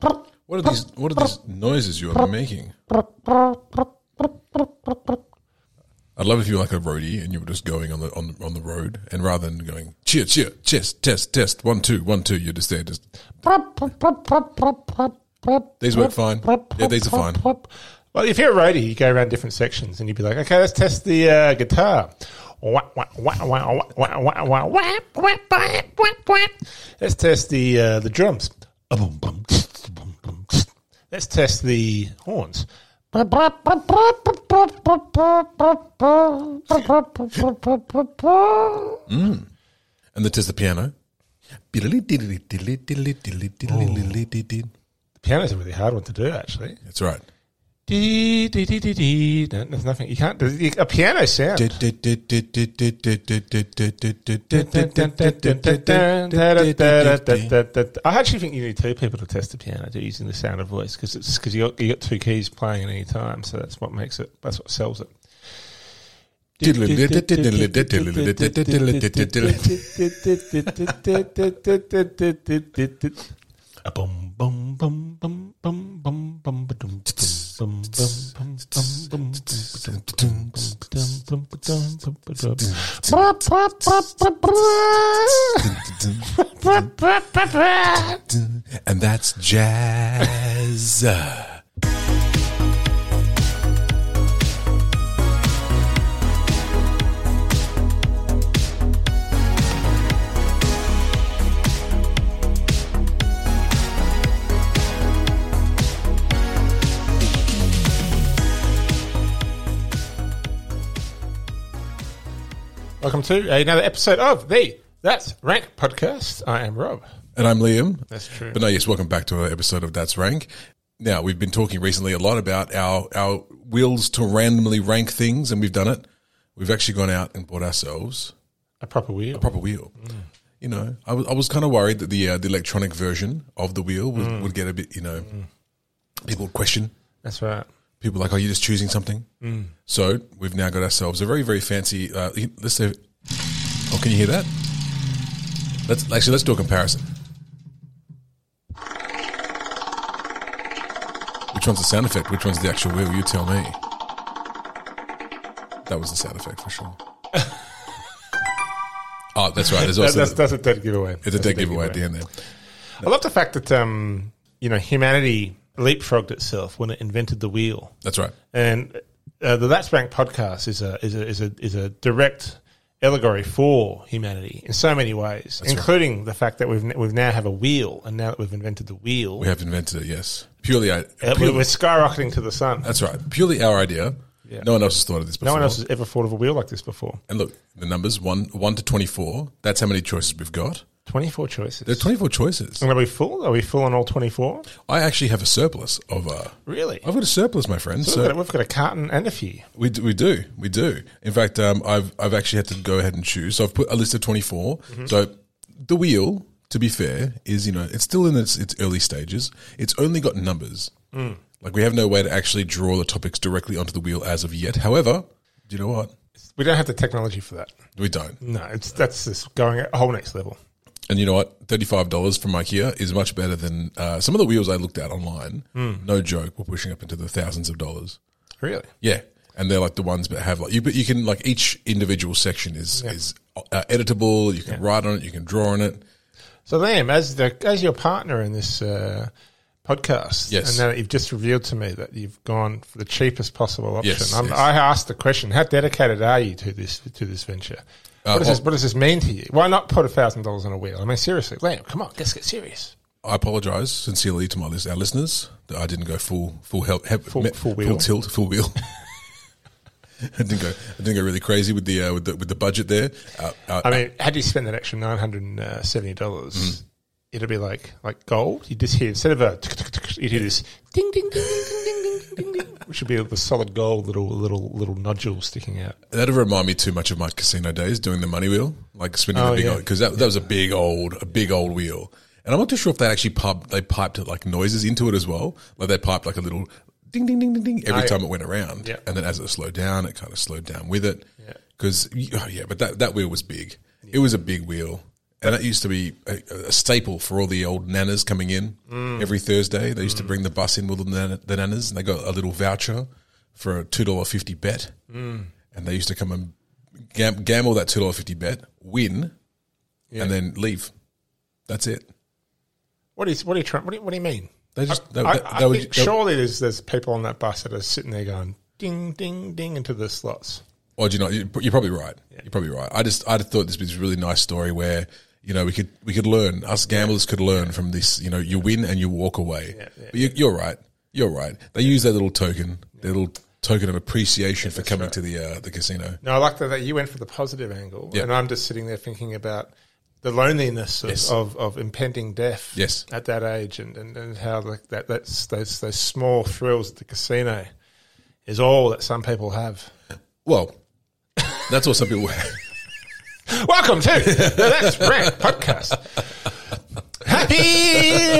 What are these? What are these noises you are making? I'd love if you were like a roadie and you were just going on the on the, on the road, and rather than going cheer cheer chest test test one two one two, you're just there just. These work fine. Yeah, these are fine. Well, if you're a roadie, you go around different sections and you'd be like, okay, let's test the uh, guitar. Wah, wah, wah, wah, wah, wah, wah, wah, wah, wah, wah, wah, wah. Let's test the uh, the drums. Ah, boom, boom, tsk, boom, boom, tsk. Let's test the horns. And the test the piano. That's The piano's a really hard one to do, actually. right. Dee, dee, dee, dee, dee. No, there's nothing. You can't. There's, you, a piano sound. I actually think you need two people to test the piano to using the sound of voice because it's because you got, you got two keys playing at any time, so that's what makes it. That's what sells it. A bum, bum, bum, bum, bum, bum, bum, ba-dum, bum, bum, bum, bum, bum, bum, ba-dum, bum, ba-dum, bum, ba-dum, ba-dum. And that's jazz. Welcome to another episode of the That's Rank podcast. I am Rob. And I'm Liam. That's true. But no, yes, welcome back to another episode of That's Rank. Now, we've been talking recently a lot about our, our wills to randomly rank things, and we've done it. We've actually gone out and bought ourselves A proper wheel. a proper wheel. You know, I was, I was kind of worried that the uh, the electronic version of the wheel would, would get a bit, you know, people would question. That's right. People like, are you just choosing something? Mm. So we've now got ourselves a very, very fancy, uh, let's say, oh, can you hear that? Let's Actually, let's do a comparison. Which one's the sound effect? Which one's the actual wheel? You tell me. That was the sound effect for sure. oh, that's right. There's That, also that's, that's a dead giveaway. it's a dead giveaway at the end there. I love the fact that um, you know humanity leapfrogged itself when it invented the wheel. That's right. And uh, the That's Rank podcast is a is a is a is a direct allegory for humanity in so many ways, including the fact that we've we've now have a wheel, and now that we've invented the wheel, We have invented it. Yes, purely. I- uh, we're, purely we're skyrocketing to the sun. that's right. Purely our idea. No one else has thought of this before. No one else has ever thought of a wheel like this before. And look, the numbers one one to twenty four. That's how many choices we've got. Twenty four choices. There are twenty four choices. are we full? Are we full on all twenty four? I actually have a surplus of. Uh, Really? I've got a surplus, my friend. We've got, So a, we've got a carton and a few. we do, we do we do. In fact, um, I've I've actually had to go ahead and choose. So I've put a list of twenty So the wheel, to be fair, is you know it's still in its its early stages. It's only got numbers. Like we have no way to actually draw the topics directly onto the wheel as of yet. However, do you know what? We don't have the technology for that. We don't. No, it's that's just going a whole next level. And you know what? Thirty-five dollars from IKEA is much better than uh, some of the wheels I looked at online. Hmm. No joke, were pushing up into the thousands of dollars. Really? Yeah, and they're like the ones that have like you. But you can like each individual section is is uh, editable. You can write on it. You can draw on it. So, Liam, as the as your partner in this uh, podcast, Yes. and now that you've just revealed to me that you've gone for the cheapest possible option, Yes, I'm, yes. I asked the question: How dedicated are you to this to this venture? Uh, what, does well- this, what does this mean to you? Why not put thousand dollars on a wheel? I mean, seriously, Liam, come on, let's get serious. I apologize sincerely to my list, our listeners that I didn't go full full help, help Full- full wheel. tilt full wheel. I didn't go. I didn't go really crazy with the uh, with the with the budget there. Uh, uh, Mm. I mean, had you spent that extra nine hundred and seventy dollars, it'd be like like gold. You just hear instead of a tick, tick, tick, you'd hear this ding ding ding ding ding ding ding ding, ding, which would be the solid gold little little little nodule sticking out. That'll remind me too much of my casino days doing the money wheel, like spinning Oh, the big yeah. old because that, that was a big old a big old wheel. And I'm not too sure if they actually piped they piped like noises into it as well. Like they piped like a little ding ding ding ding ding every Oh, yeah. time it went around. Yeah. And then as it slowed down, it oh, kind of slowed down with it. Because yeah. but that that wheel was big. It was a big wheel. And that used to be a, a staple for all the old nanas coming in Mm. every Thursday. They used to bring the bus in with the, nan- the nanas, and they got a little voucher for a two dollar fifty bet. And they used to come and gam- gamble that two dollar fifty bet, win, and then leave. That's it. What is what are you trying? What do you, what do you mean? They just they, I, they- I they would- think they- surely there's there's people on that bus that are sitting there going ding ding ding into the slots. Or do you know, you- you're probably right. You're probably right. I just, I thought this was a really nice story where you know we could, we could learn. Us gamblers could learn from this. You know, you win and you walk away. but you, you're right. You're right. They use their little token, their little token of appreciation for coming to the uh, the casino. No, I like that, that you went for the positive angle, Yeah. and I'm just sitting there thinking about the loneliness of, of, of impending death Yes. at that age, and, and, and how like that that's those those small thrills at the casino is all that some people have. Well, that's what some people. have. Welcome to the That's Rank podcast. Happy,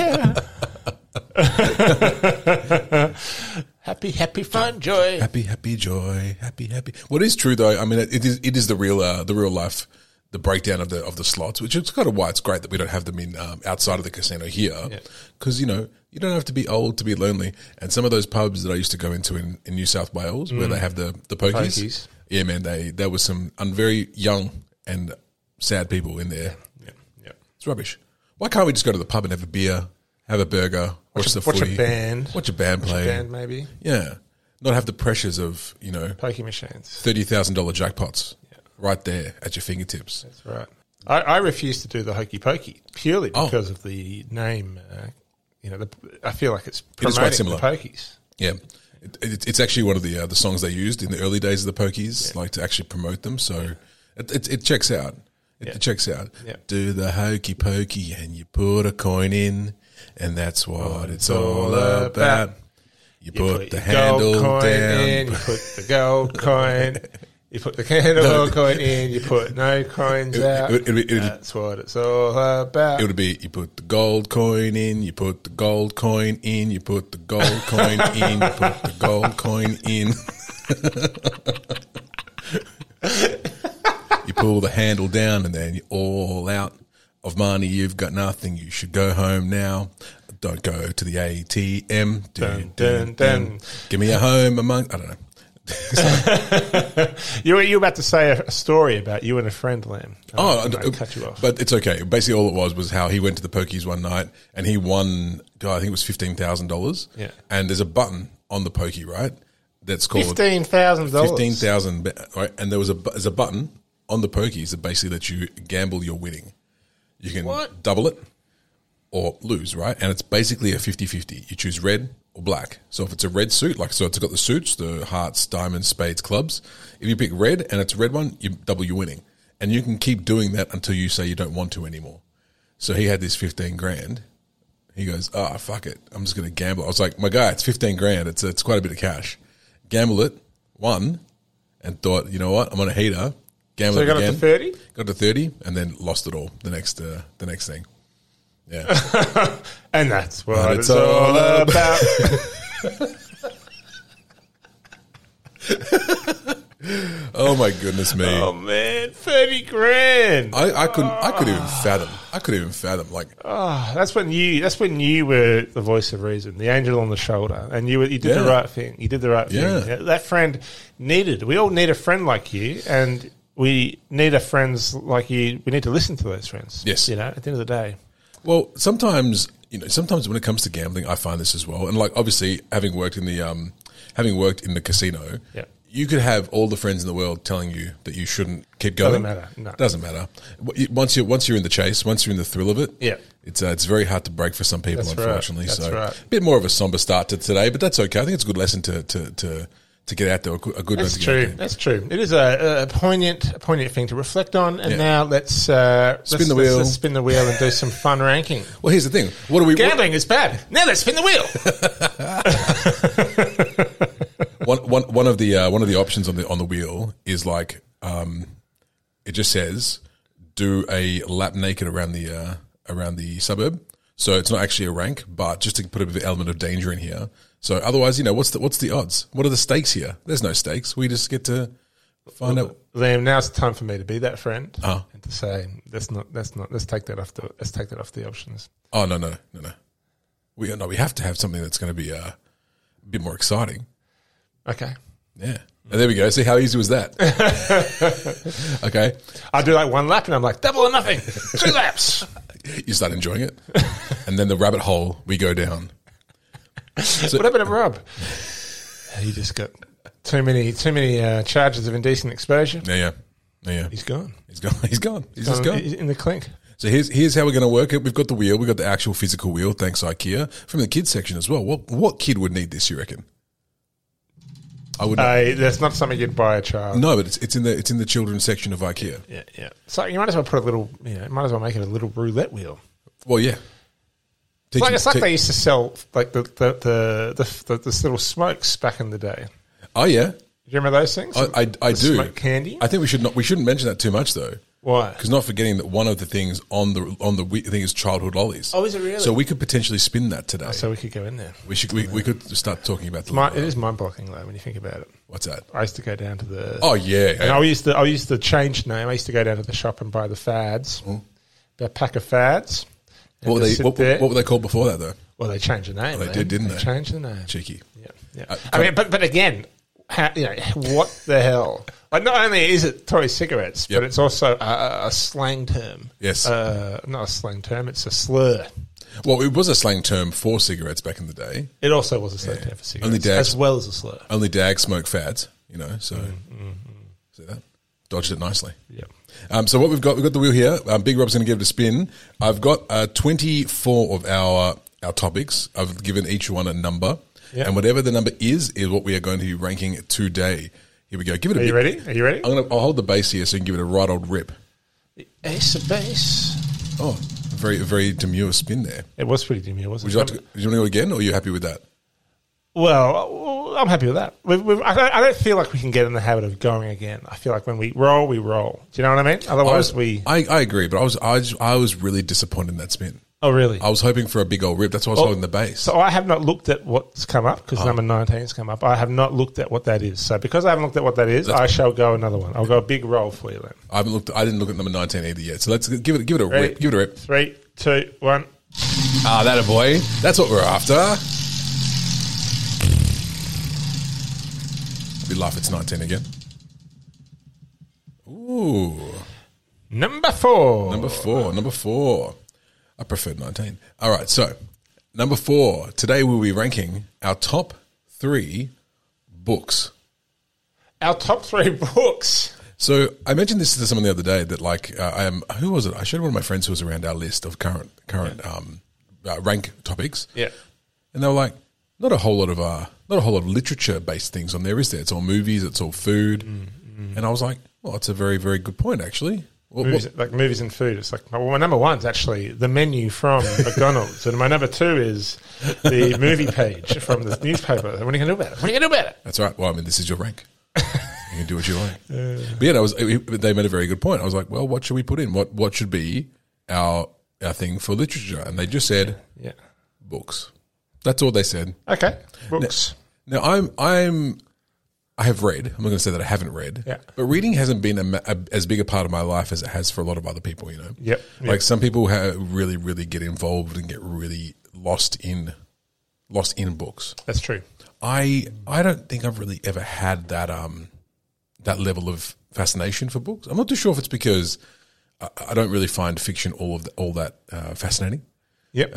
happy, happy, fun, joy. happy, happy joy, happy, happy. What is true though? I mean, it is it is the real uh, the real life, the breakdown of the of the slots, which is kind of why it's great that we don't have them in um, outside of the casino here, because you know you don't have to be old to be lonely. And some of those pubs that I used to go into in, in New South Wales where they have the the pokies, Mm. Pokies. yeah, man, they there was some un, very young and sad people in there. Yep, yep. It's rubbish. Why can't we just go to the pub and have a beer, have a burger, watch, a- the watch a footy, band. watch a band play, Band maybe yeah. Not have the pressures of you know pokey machines. thirty thousand dollar jackpots right there at your fingertips. That's right. I, I refuse to do the hokey pokey purely Oh. because of the name. Uh, you know, the, I feel like it's is promoting quite the similar. pokies. Yeah, it, it, it's actually one of the uh, the songs they used in the early days of the Pokies, like to actually promote them. So it, it, it checks out. It checks out. Yeah. Do the hokey pokey and you put a coin in, and that's what it's all about. You, put, the your gold handle coin down. in, you put the gold coin, you put the candle coin in, you put no coins out. It, would- it, would- it would- That's what it's all about. it would be you put the gold coin in, you put the gold coin in, you put the gold coin in, you put the gold coin in. you pull the handle down and then you're all out of money. You've got nothing. You should go home now. Don't go to the ATM. Dun, dun, dun. Give me a home among. I don't know. You were you were about to say a, a story about you and a friend, Lamb. Oh, I, and- I cut you off. But it's okay. Basically, all it was was how he went to the pokies one night and he won. God, I think it was fifteen thousand dollars. Yeah. And there's a button on the pokey, right? That's called Fifteen thousand fifteen dollars. thousand. ba- Right, and there was a bu- there's a button on the pokies that basically lets you gamble your winning. You can What? double it or lose, right? And it's basically a 50-50. You choose red or black. So if it's a red suit, like so, it's got the suits, the hearts, diamonds, spades, clubs. If you pick red and it's a red one, you double your winning, and you can keep doing that until you say you don't want to anymore. So he had this fifteen grand. He goes, ah, fuck it. I'm just going to gamble. I was like, my guy, it's 15 grand. It's, it's quite a bit of cash. Gamble it, won, and thought, you know what? I'm on a heater. Gamble So it you got up again. to thirty. Got to 30 and then lost it all the next, uh, the next thing. Yeah. And that's what it's it's, all all ab- about. Oh my goodness me! oh man, thirty grand. I, I couldn't. I couldn't even fathom. I couldn't even fathom. Like, Ah, that's when you. That's when you were the voice of reason, the angel on the shoulder, and you were, you did the Yeah. right thing. You did the right Yeah. thing. That friend needed. We all need a friend like you, and we need our friends like you. We need to listen to those friends. Yes. you know. At the end of the day, well, sometimes you know. Sometimes when it comes to gambling, I find this as well. And like, obviously, having worked in the um, having worked in the casino, Yeah. you could have all the friends in the world telling you that you shouldn't keep going. matter, no. Doesn't matter. W- you- Once you once you're in the chase, once you're in the thrill of it, Yeah. it's uh, it's very hard to break for some people, That's right. unfortunately. That's So right. a bit more of a somber start to today, but that's okay. I think it's a good lesson to to to, to get out there. A good a good that's lesson to get out true. there. That's true. It is a, a poignant, a poignant thing to reflect on. And Yeah. now let's uh, spin the Let's, wheel. let's spin the wheel and do some fun ranking. Well, here's the thing. What are we? what- Gambling is bad. Now let's spin the wheel. one, one, one of the uh, one of the options on the on the wheel is like um, it just says do a lap naked around the uh, around the suburb. So it's not actually a rank, but just to put a bit of element of danger in here. So otherwise, you know, what's the what's the odds? What are the stakes here? There's no stakes. We just get to Find out. Liam, now it's time for me to be that friend Uh-huh. and to say, let's not, let's not, let's take that off the, let's take that off the options. Oh no no no no. We no we have to have something that's going to be uh, a bit more exciting. Okay. Yeah. And there we go. See how easy was that? okay. I do like one lap and I'm like, double or nothing, two laps. You start enjoying it, and then the rabbit hole we go down. what happened to Rob? He just got too many, too many uh, charges of indecent exposure. Yeah yeah yeah. yeah. He's gone. He's gone. He's gone. He's just Um, gone. he's in the clink. So here's here's how we're going to work it. We've got the wheel. We've got the actual physical wheel. Thanks IKEA from the kids section as well. What what kid would need this? You reckon? I would. not Uh, that's not something you'd buy a child. no, but it's it's in the it's in the children's section of IKEA. Yeah, yeah. So you might as well put a little, you know, might as well make it a little roulette wheel. Well, yeah. Teach It's like, them- it's like te- they used to sell like the the, the the the this little smokes back in the day. oh yeah, Do you remember those things? I I, I The do. smoke candy. I think we should not we shouldn't mention that too much though, Why? because not forgetting that one of the things on the on the we- thing is childhood lollies. Oh, is it really? So we could potentially spin that today. So we could go in there. we should we, we could start talking about the My, it is mind blocking though when you think about it. what's that? I used to go down to the Oh yeah, And I used to I used to change name. I used to go down to the shop and buy the fads, the pack of fads. and What were Hmm. just they sit what, there. what were they called before that though? well, they changed the name. They man. did, didn't they? Changed the name. Cheeky. Yeah, yeah. Uh, I mean, but but again, how, you know, what the hell? Like, not only is it toy cigarettes, Yep. but it's also a, a slang term. Yes. uh, not a slang term. It's a slur. Well, it was a slang term for cigarettes back in the day. It also was a slang term for cigarettes, Only dads- as well as a slur. Only dag smoke fads, you know. So Mm, Mm-hmm. see that dodged it nicely. Yeah. Um, so what we've got, we've got the wheel here. Um, Big Rob's going to give it a spin. I've got uh, twenty four of our our topics. I've given each one a number, Yeah. and whatever the number is, is what we are going to be ranking today. Here we go. Give it a Are bit. you ready? Are you ready? I'm gonna. I'll hold the base here so you can give it a right old rip. Ace of base. Oh, a very a very demure spin there. It was pretty demure, wasn't Would it? you like to? Do you want to go again, or are you happy with that? Well, I'm happy with that. We've, we've, I, don't, I don't feel like we can get in the habit of going again. I feel like when we roll, we roll. Do you know what I mean? Otherwise, I was, we. I, I agree, but I was I, was- I was really disappointed in that spin. Oh, really? I was hoping for a big old rip. That's why I was holding the base. Oh, so I have not looked at what's come up because number 19's come up. I have not looked at what that is. So because I haven't looked at what that is, I shall go another one. I'll go a big roll for you then. I haven't looked. I didn't look at number nineteen either yet. So let's give it give it a Ready? rip. Give it a rip. Three, two, one. Ah, that a boy. That's what we're after. We laugh. It's nineteen again. Ooh, Number four. number four. Number four. I preferred nineteen. All right. So number four. Today we'll be ranking our top three books. Our top three books. So I mentioned this to someone the other day that like uh, I am who was it? I showed one of my friends who was around our list of current current um, uh, rank topics. Yeah. and they were like, not a whole lot of uh, not a whole lot of literature based things on there, is there? It's all movies, it's all food, and I was like, well, that's a very very good point actually. Well, Movies, like movies and food. It's like, well, my number one's actually the menu from McDonald's, and my number two is the movie page from the newspaper. What are you going to do about it? What are you going to do about it? That's right. Well, I mean, this is your rank. you can do what you like. but yeah, that was, it, but they made a very good point. I was like, well, what should we put in? What what should be our our thing for literature? And they just said Yeah. books. That's all they said. Okay. Books. Now I'm I'm I have read. I'm not going to say that I haven't read. Yeah. But reading hasn't been a, ma- a, as big a part of my life as it has for a lot of other people. You know. Yep, yep. Like some people ha really really get involved and get really lost in lost in books. That's true. I I don't think I've really ever had that um that level of fascination for books. I'm not too sure if it's because I, I don't really find fiction all of the, all that uh, fascinating Yep.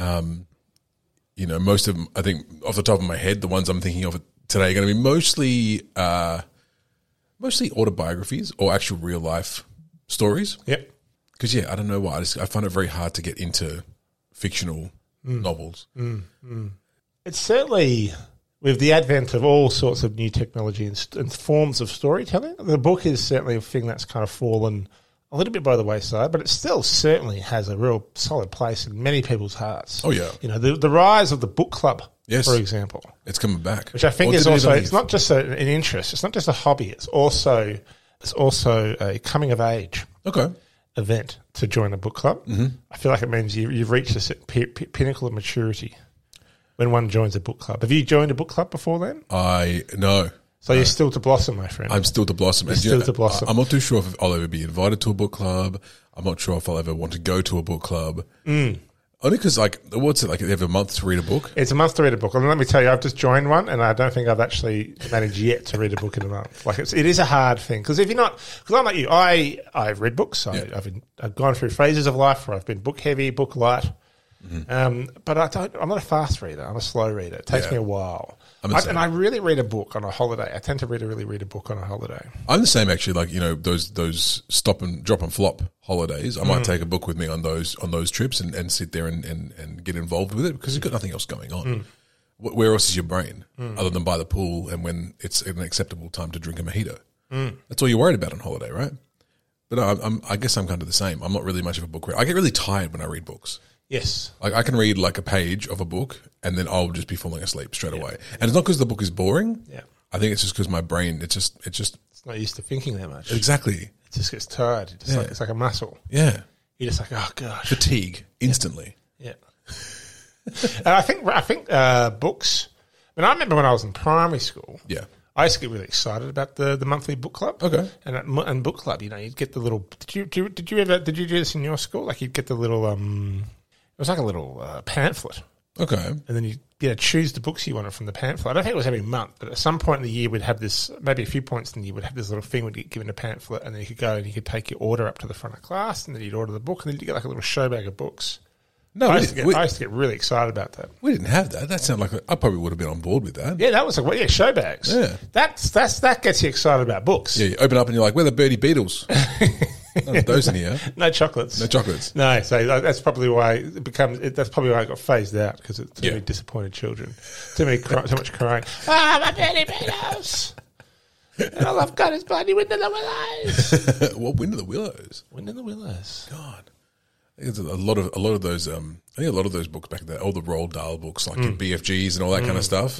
you know, most of them, I think off the top of my head, the ones I'm thinking of today are going to be mostly, uh, mostly autobiographies or actual real life stories. yep. Because yeah, I don't know why. I just I find it very hard to get into fictional Mm. novels. It's certainly with the advent of all sorts of new technology and, st- and forms of storytelling. The book is certainly a thing that's kind of fallen a little bit by the wayside, but it still certainly has a real solid place in many people's hearts. Oh, yeah. you know the, the rise of the book club, Yes. for example, It's coming back, which I think Or is did it also leave? it's not just a, an interest, it's not just a hobby, it's also it's also a coming of age okay. event to join a book club. Mm-hmm. I feel like it means you, you've reached a set pi- pi- pinnacle of maturity when one joins a book club. Have you joined a book club before then? I no, So you're still to blossom, my friend. I'm still to blossom. And You're you know, still to blossom. I- I'm not too sure if I'll ever be invited to a book club. I'm not sure if I'll ever want to go to a book club. Mm. Only because, like, what's it like? Every month to read a book. it's a month to read a book, and let me tell you, I've just joined one, and I don't think I've actually managed yet to read a book in a month. Like it's, it is a hard thing because if you're not, because I'm like you, I I've read books, I, I've been, I've gone through phases of life where I've been book heavy, book light, Mm-hmm. um, but I don't, I'm not a fast reader. I'm a slow reader. It takes Yeah. me a while, I'm the I, same. and I really read a book on a holiday. I tend to really, really read a book on a holiday. I'm the same, actually. Like, you know, those those stop and drop and flop holidays. I might take a book with me on those on those trips and, and sit there and, and, and get involved with it because you've got nothing else going on. Wh- Where else is your brain other than by the pool and when it's an acceptable time to drink a mojito? That's all you're worried about on holiday, right? But I, I'm, I guess I'm kind of the same. I'm not really much of a book reader. I get really tired when I read books. Yes, Like I can read like a page of a book and then I'll just be falling asleep straight away. And it's not because the book is boring. Yeah. I think it's just because my brain. It's just. It's just it's not used to thinking that much. It exactly. just gets tired. It's, like, it's like a muscle. Yeah. You're just like, oh gosh, Fatigue instantly. Yeah. and I think I think uh, books. I mean, I remember when I was in primary school. Yeah. I used to get really excited about the, the monthly book club. Okay. And at, mo- and book club, you know, you'd get the little. Did you, do, you- did you ever did you do this in your school? Like you'd get the little. um It was like a little uh, pamphlet, Okay. and then you you know choose the books you wanted from the pamphlet. I don't think it was every month, but at some point in the year we'd have this. Maybe a few points in the year we'd have this little thing. We'd get given a pamphlet, and then you could go and you could take your order up to the front of class, and then you'd order the book, and then you'd get like a little show bag of books. No, I we used, to didn't, get, we, I used to get really excited about that. we didn't have that. That sounded like a- I probably would have been on board with that. Yeah. Yeah, that was like, well, yeah, show bags. Yeah. That's, that's, that gets you excited about books. You open up and you're like, "We're the Birdie Beatles." None of those in here. No chocolates. No chocolates. No, so that- that's probably why it becomes, it, that's probably why I got phased out because it's too Yeah. many disappointed children. Too many, cry, too much crying. Ah, my Bernie Beatles. and all I've got is Barney Wind in the Willows. what Wind of the Willows? Wind in the Willows. God. I think It's a lot of a lot of those. Um, I think a lot of those books back then, all the Roald Dahl books, like your BFGs and all that kind of stuff.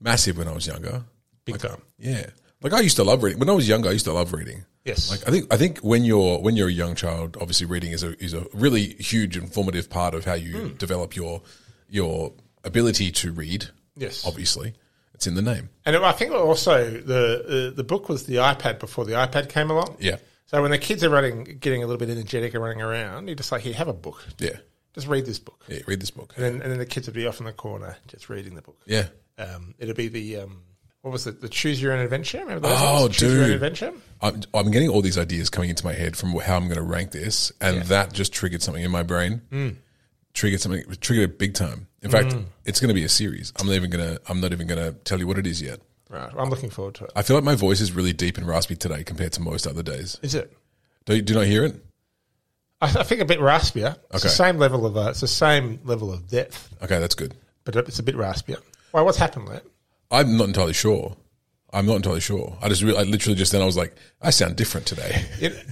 Massive when I was younger. Big time. Yeah, like I used to love reading. When I was younger, I used to love reading. Yes. Like I think I think when you're when you're a young child, obviously reading is a is a really huge and formative part of how you develop your your ability to read. Yes. obviously, it's in the name. And it, I think also the, uh, the book was the iPad before the iPad came along. Yeah, So when the kids are running, getting a little bit energetic and running around, you're just like, here, have a book. yeah, Just read this book. yeah. Read this book. And then, and then the kids would be off in the corner just reading the book. Yeah, Um, it'll be the um, what was it? The Choose Your Own Adventure. Remember those Oh, ones? Choose Your Own dude. Adventure. I'm, I'm getting all these ideas coming into my head from how I'm going to rank this, and that just triggered something in my brain. Triggered something, triggered it big time. In fact, it's going to be a series. I'm not even gonna. I'm not even gonna tell you what it is yet. Right. I'm looking forward to it. I feel like my voice is really deep and raspy today compared to most other days. Is it? Do you, do you not hear it? I, I think a bit raspier. It's Okay. the same level of uh, it's the same level of depth, Okay, that's good. but it's a bit raspier. Why? What's happened, Len? I'm not entirely sure. I'm not entirely sure. I just, re- I literally just then I was like, I sound different today. It,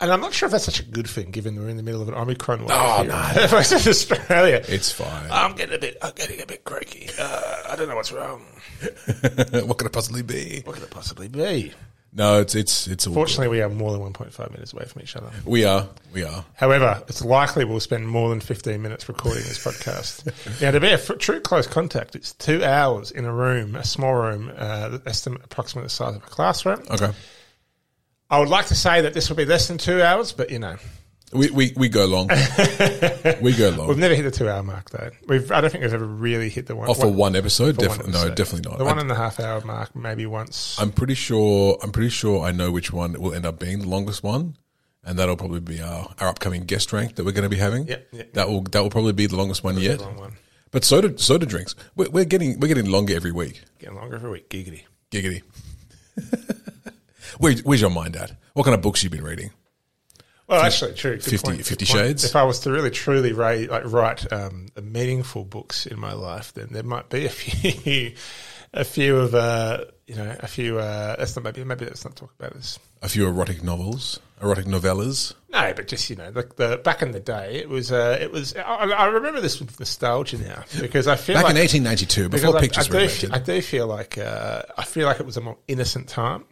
and I'm not sure if that's such a good thing, given we're in the middle of an Omicron wave Oh, here no. in Western Australia. It's fine. I'm getting a bit. I'm getting a bit croaky. Uh, I don't know what's wrong. what could it possibly be? What could it possibly be? No, it's it's it's. All good. Fortunately, we are more than 1.5 minutes away from each other. We are, we are. However, it's likely we'll spend more than 15 minutes recording this podcast. now, to be a f- true close contact, it's two hours in a room, a small room, uh, the estimate approximately the size of a classroom. Okay, I would like to say that this will be less than two hours, but you know, we we, we go long. we go we've long. never hit the two hour mark though. We've, I don't think we've ever really hit the one. Oh, for one episode, one definitely no, episode. definitely not. The I- one and a half hour mark, maybe once. I'm pretty sure. I'm pretty sure I know which one will end up being the longest one, and that'll probably be our, our upcoming guest rank that we're going to be having. Yep, yep. that will that will probably be the longest one yet. long one. But soda soda drinks, we're, we're getting we're getting longer every week. Getting longer every week. Giggity. Giggity. Where, where's your mind at? What kind of books you been reading? Well, actually, true. Good 50 point, good 50 point. Shades? If I was to really truly write, like write um, meaningful books in my life, then there might be a few, a few of uh, you know, a few. Uh, that's not maybe maybe let's not talk about this. A few erotic novels, erotic novellas. No, but just you know, like the back in the day, it was uh, it was. I, I remember this with nostalgia now because I feel Back like in 1892, because before I- pictures I, were do, invented. I do feel like uh, I feel like it was a more innocent time.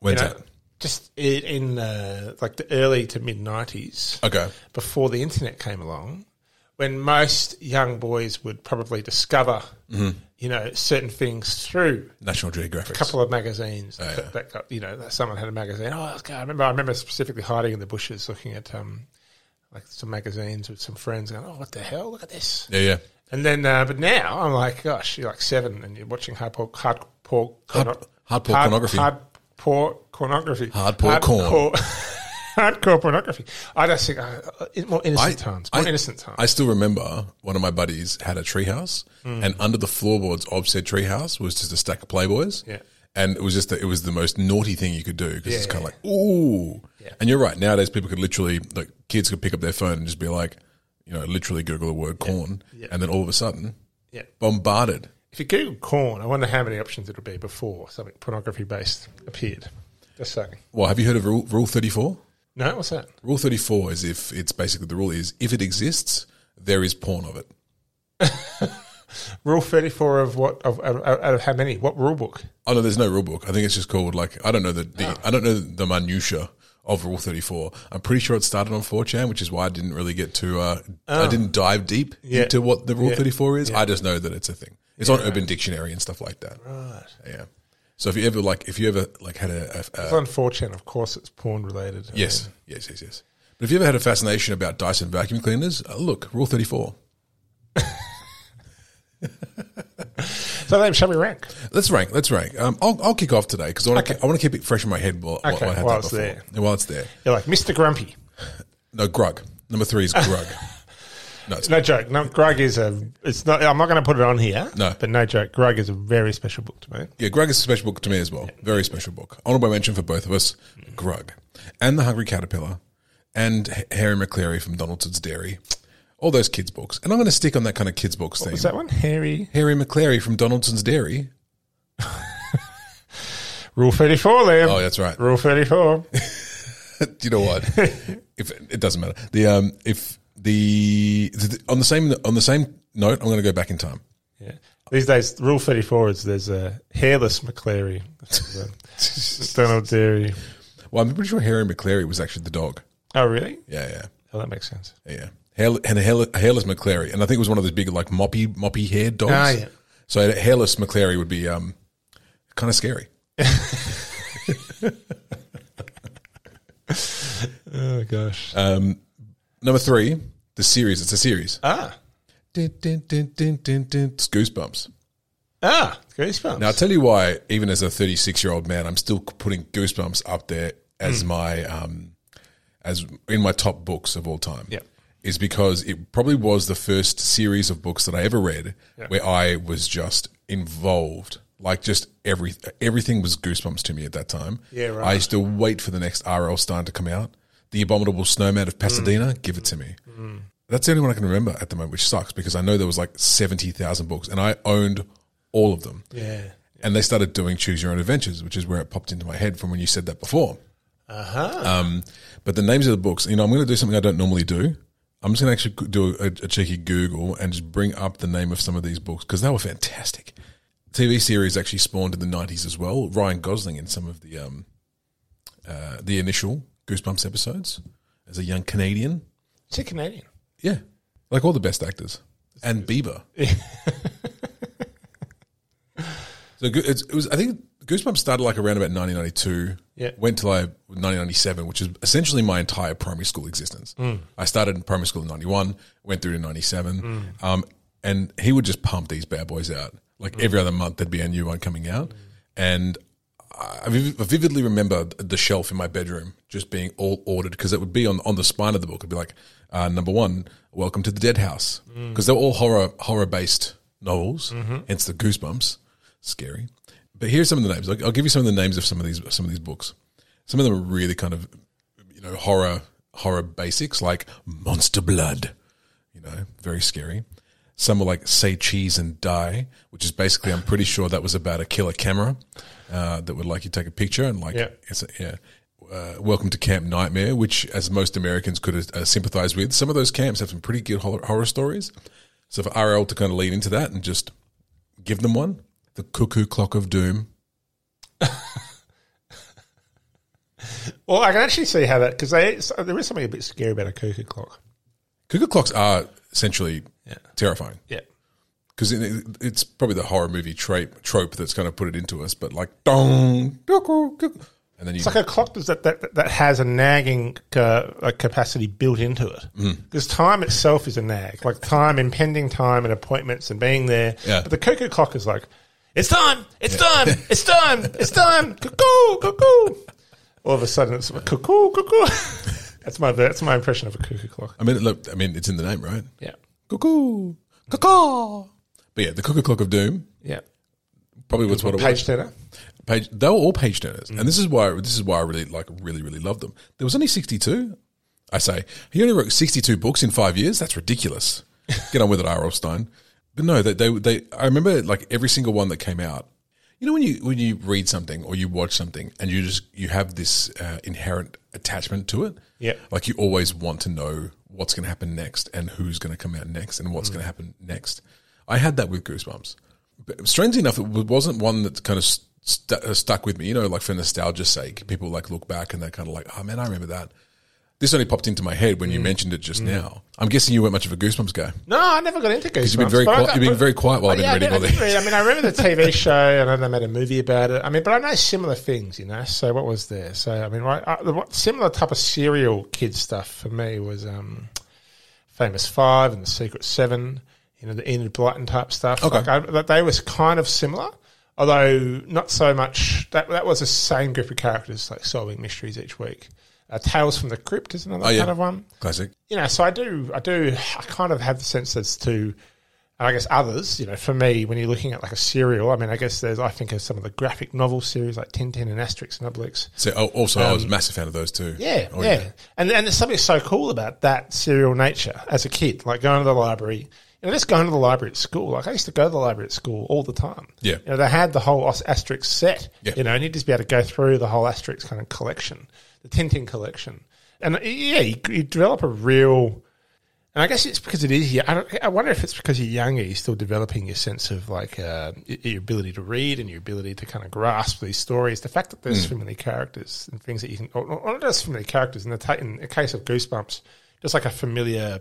When's you know, just i- in uh, like the early to mid nineties. that? Okay. before the internet came along, when most young boys would probably discover, you know, certain things through National Geographic. couple of magazines. yeah. that, that got, you know, that someone had a magazine. Oh, God, I remember. I remember specifically hiding in the bushes, looking at um, like some magazines with some friends. Going, oh, what the hell? Look at this. Yeah, yeah. And then, uh, but now I'm like, gosh, you're like seven, and you're watching hardcore, hardcore, Hard- hardcore pornography. hardcore pornography, Hardcore corn. Hardcore- Hardcore pornography. I just think uh, uh, in more innocent times. More innocent times. I still remember one of my buddies had a treehouse, Hmm. and under the floorboards of said treehouse was just a stack of Playboys. Yeah. And it was just that it was the most naughty thing you could do because it's Yeah, kind of like, ooh. And you're right. Nowadays, people could literally, like, kids could pick up their phone and just be like, you know, literally Google the word corn. And then all of a sudden, Yeah. bombarded. If you Google corn, I wonder how many options it'll be before something pornography based appeared. Just saying. Well, have you heard of Rule, rule 34? No, what's that? Rule 34 is if it's basically the rule is if it exists, there is porn of it. Rule thirty four of what of, of, of how many? What rule book? Oh no, there's no rule book. I think it's just called like I don't know the, Oh. the I don't know the minutia of Rule 34. I'm pretty sure it started on 4chan, which is why I didn't really get to. Uh, I didn't dive deep Oh. Yeah. into what the Rule 34 is. I just know that it's a thing. It's on Urban Dictionary and stuff like that. Right. Yeah. So if you ever like, if you ever like had a, a, a It's on 4chan, of course. It's porn related. I yes, yes, yes, yes. But if you ever had a fascination about Dyson vacuum cleaners, uh, look Rule 34. mean. So then, shall we rank? Let's rank. Let's rank. Um, I'll, I'll kick off today because I want to I want to keep it fresh in my head while, while Okay, I had while that it's before. there. Yeah, While it's there. You're like Mr. Grumpy. No, Grug. Number three is Grug. no, it's, No joke. No, Grug is a. It's not. I'm not going to put it on here. No. but no joke. Grug is a very special book to me. yeah, Grug is a special book to me as well. Very special book. Honorable mention for both of us. Grug and the Hungry Caterpillar and H- Harry McCleary from Donaldson's Dairy. All those kids books, and I'm going to stick on that kind of kids books theme. Is that one Harry? Harry McCleary from Donaldson's Dairy. Rule thirty four, Liam. Oh, that's right. Rule thirty four. you know what? if it doesn't matter. The um, if the, the on the same on the same note, I'm going to go back in time. yeah. These days, Rule thirty four is there's a hairless McCleary. That's a- Donald Dairy. Well, I'm pretty sure Harry McCleary was actually the dog. Oh, really? Yeah, yeah. Oh, that makes sense. Yeah, Hair, and a hairless, hairless McClary, and I think it was one of those big like moppy moppy haired dogs. Ah, yeah. So a hairless McClary would be um, kind of scary. Oh gosh. Number three, the series. It's a series. ah, Dun, dun, dun, dun, dun, dun. It's Goosebumps. ah, goosebumps. Now I'll tell you why. Even as a 36 year old man, I'm still putting Goosebumps up there as Mm. my um, as in my top books of all time. Yeah. Is because it probably was the first series of books that I ever read where I was just involved. Like just every everything was goosebumps to me at that time. Yeah, right. I used to wait for the next R.L. Stein to come out. The Abominable Snowman of Pasadena, Mm. give it to me. That's the only one I can remember at the moment, which sucks because I know there was like seventy thousand books, and I owned all of them. yeah. And they started doing Choose Your Own Adventures, which is where it popped into my head from when you said that before. Uh-huh. Um, but the names of the books, you know, I'm going to do something I don't normally do. I'm just going to actually do a, a cheeky Google and just bring up the name of some of these books because they were fantastic. TV series actually spawned in the 90s as well. Ryan Gosling in some of the um, uh, the initial Goosebumps episodes as a young Canadian. Is he Canadian? Yeah, like all the best actors and Bieber. so go- it's, it was. I think Goosebumps started like around about 1992. Yeah. went till I 1997, which is essentially my entire primary school existence. I started in primary school in 91, went through to 97, um, and he would just pump these bad boys out. Like every other month, there'd be a new one coming out, and. I viv- I vividly remember the shelf in my bedroom just being all ordered because it would be on on the spine of the book. It'd be like uh, number one, Welcome to the Dead House, because they're all horror horror based novels. Hence the goosebumps, scary. But here's some of the names. I'll, I'll give you some of the names of some of these some of these books. Some of them are really kind of you know horror horror basics like Monster Blood, you know, very scary. Some were like Say Cheese and Die, which is basically I'm pretty sure that was about a killer camera uh, that would like you take a picture and like Yeah. it's a, yeah. Uh, welcome to Camp Nightmare, which, as most Americans could uh, sympathize with, some of those camps have some pretty good horror, horror stories. So for RL to kind of lead into that and just give them one, the Cuckoo Clock of Doom, Well, I can actually see how that because so there is something a bit scary about a cuckoo clock. Cuckoo clocks are essentially terrifying. Yeah, because it, it's probably the horror movie trope, trope that's kind of put it into us. But like dong, doo-doo, doo-doo. and then you It's like a clock that's- that that, that has a nagging uh, like capacity built into it. Hmm. Because time itself is a nag, like time, impending time, and appointments and being there. Yeah. But the cuckoo clock is like, it's time, it's time, it's time, it's time, cuckoo, cuckoo. All of a sudden, it's like, cuckoo, cuckoo. that's my that's my impression of a cuckoo clock. I mean, look, I mean, it's in the name, right? Yeah, Cuckoo, cuckoo. But yeah, the cuckoo clock of doom yeah. probably was Mm. what it was. Page turner. Page, they were all page turners, and this is why this is why I really like really really love them. There was only sixty two. I say he only wrote sixty two books in five years. That's ridiculous. Get on with it, R.L. Stein. But no, they, they they I remember like every single one that came out. You know when you when you read something or you watch something and you just you have this uh, inherent attachment to it. Yeah. like you always want to know what's going to happen next and who's going to come out next and what's going to happen next. I had that with Goosebumps. But strangely enough, it wasn't one that kind of st- uh, stuck with me. You know, like for nostalgia's sake, people like look back and they're kind of like, "Oh man, I remember that." This only popped into my head when Mm. you mentioned it just now. I'm guessing you weren't much of a Goosebumps guy. No, I never got into Goosebumps. You've been very but I quiet, got- you've been but- very quiet while I've been Oh, Yeah, I reading all did- I did these. read- I mean, I remember the TV show, and I know they made a movie about it. I mean, but I know similar things, you know. So what was there? So I mean, right, uh, the what- similar type of serial kid stuff for me was um, Famous Five and The Secret Seven, you know, the Enid Blyton type stuff. Okay. like I, that they was kind of similar. Although not so much, that that was the same group of characters like solving mysteries each week. Uh, Tales from the Crypt is another Oh, yeah. kind of one Classic. you know, so I do, I do, I kind of have the sense as to, and I guess others, you know, for me, when you're looking at like a serial, I mean, I guess there's, I think of some of the graphic novel series like Tintin and Asterix and Obelix. So oh, also, I was a massive fan of those too. Um, Yeah, Oh, yeah. And and there's something so cool about that serial nature as a kid, like going to the library. You know, just going to the library at school. Like I used to go to the library at school all the time. Yeah. You know, they had the whole Os- Asterix set. Yeah. You know, and you'd just be able to go through the whole Asterix kind of collection, the Tintin collection. And uh, yeah, you, you develop a real. And I guess it's because it is. Yeah, I, don't, I wonder if it's because you're younger, you're still developing your sense of like uh, y- your ability to read and your ability to kind of grasp these stories. The fact that Hmm. there's so many characters and things that you can, or or not just so many characters. In the ta- in the case of Goosebumps, just like a familiar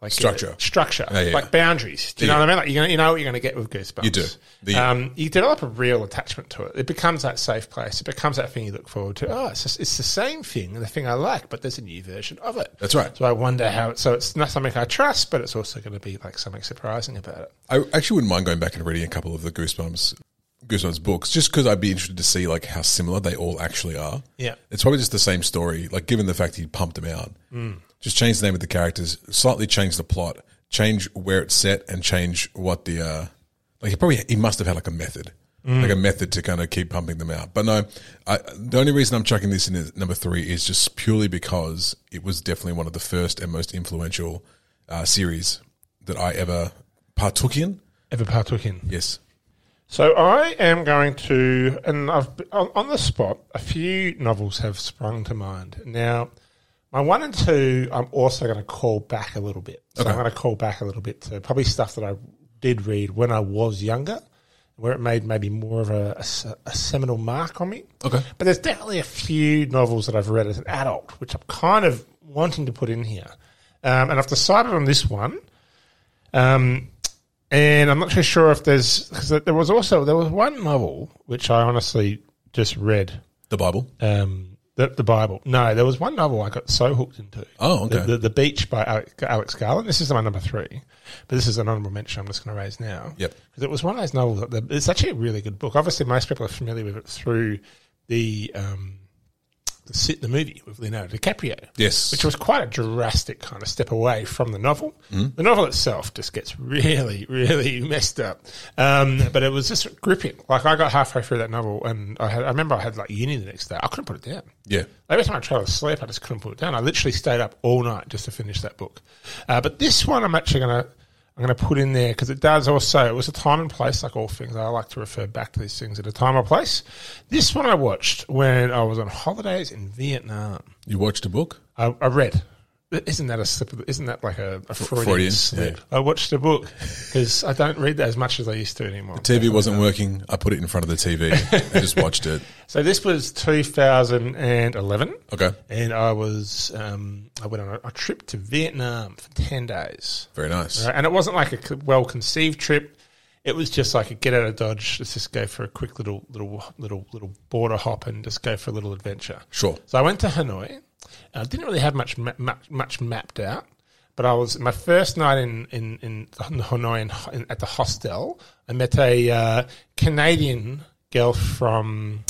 like uh, Structure. structure, Yeah, yeah. like boundaries. Do you know Yeah. what I mean? Like you're gonna, you know what you're going to get with Goosebumps. You do. The- um, you develop a real attachment to it. It becomes that safe place. It becomes that thing you look forward to. Oh, it's, just, it's the same thing, the thing I like, but there's a new version of it. That's right. So I wonder how. It, so it's not something I trust, but it's also going to be like something surprising about it. I actually wouldn't mind going back and reading a couple of the Goosebumps Goosebumps books, just because I'd be interested to see like how similar they all actually are. Yeah. it's probably just the same story. Like, given the fact he pumped them out, Mm. just change the name of the characters, slightly change the plot, change where it's set, and change what the uh, like. He probably he must have had like a method, Mm. like a method to kind of keep pumping them out. But no, I, the only reason I'm chucking this in as number three is just purely because it was definitely one of the first and most influential uh, series that I ever partook in. Ever partook in. Yes. So I am going to, and I've on, on the spot. A few novels have sprung to mind. Now, my one and two, I'm also going to call back a little bit. So I'm Okay. going to call back a little bit to probably stuff that I did read when I was younger, where it made maybe more of a, a s- a seminal mark on me. Okay. But there's definitely a few novels that I've read as an adult, which I'm kind of wanting to put in here. Um, and I've decided on this one. Um, and I'm not too sure if there's because there was also there was one novel which I honestly just read The Bible. um, the, the Bible. No, there was one novel I got so hooked into. Oh, okay. The, the, the Beach by Alex, Alex Garland. This is my number three, but this is an honourable mention I'm just going to raise now. Yep. Because it was one of those novels. That the, it's actually a really good book. Obviously, most people are familiar with it through the um, the, sit- the movie with Leonardo DiCaprio Yes. which was quite a drastic kind of step away from the novel. The novel itself just gets really, really messed up. Um, but it was just gripping. Like I got halfway through that novel, and I had I remember I had like uni the next day. I couldn't put it down. yeah. Every time I tried to sleep, I just couldn't put it down. I literally stayed up all night just to finish that book. Uh, but this one, I'm actually gonna I'm gonna put in there because it does also. It was a time and place, like all things. I like to refer back to these things at a time or place. This one I watched when I was on holidays in Vietnam. You watched a book? I, I read. Isn't that a slip? Of the, isn't that like a, a Freudian, Freudian, slip? I watched a book because I don't read that as much as I used to anymore. TV wasn't working. I put it in front of the TV. I just watched it. So this was 2011, Okay, and I was um, I went on a, a trip to Vietnam for ten days, very nice. Right, and it wasn't like a well conceived trip. It was just like a get out of dodge. Let's just go for a quick little little little little border hop and just go for a little adventure. Sure. So I went to Hanoi. I didn't really have much ma- much, much mapped out, but I was my first night in in in Hanoi in, in, at the hostel. I met a uh, Canadian girl from.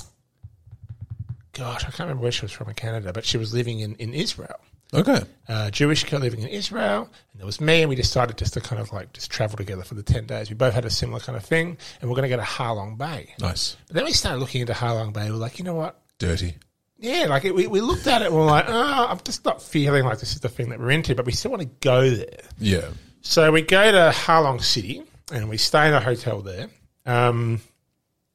Gosh, I can't remember where she was from in Canada, but she was living in, in Israel. Okay, Uh, Jewish girl living in Israel, and there was me, and we decided just to kind of like just travel together for the ten days. We both had a similar kind of thing, and we're going to go to Harlong Bay. nice. But then we started looking into Harlong Bay. We're like, you know what? Dirty. Yeah, like it, we, we looked at it and we're like, oh, I'm just not feeling like this is the thing that we're into, but we still want to go there. Yeah. So we go to Harlong City and we stay in a hotel there, um,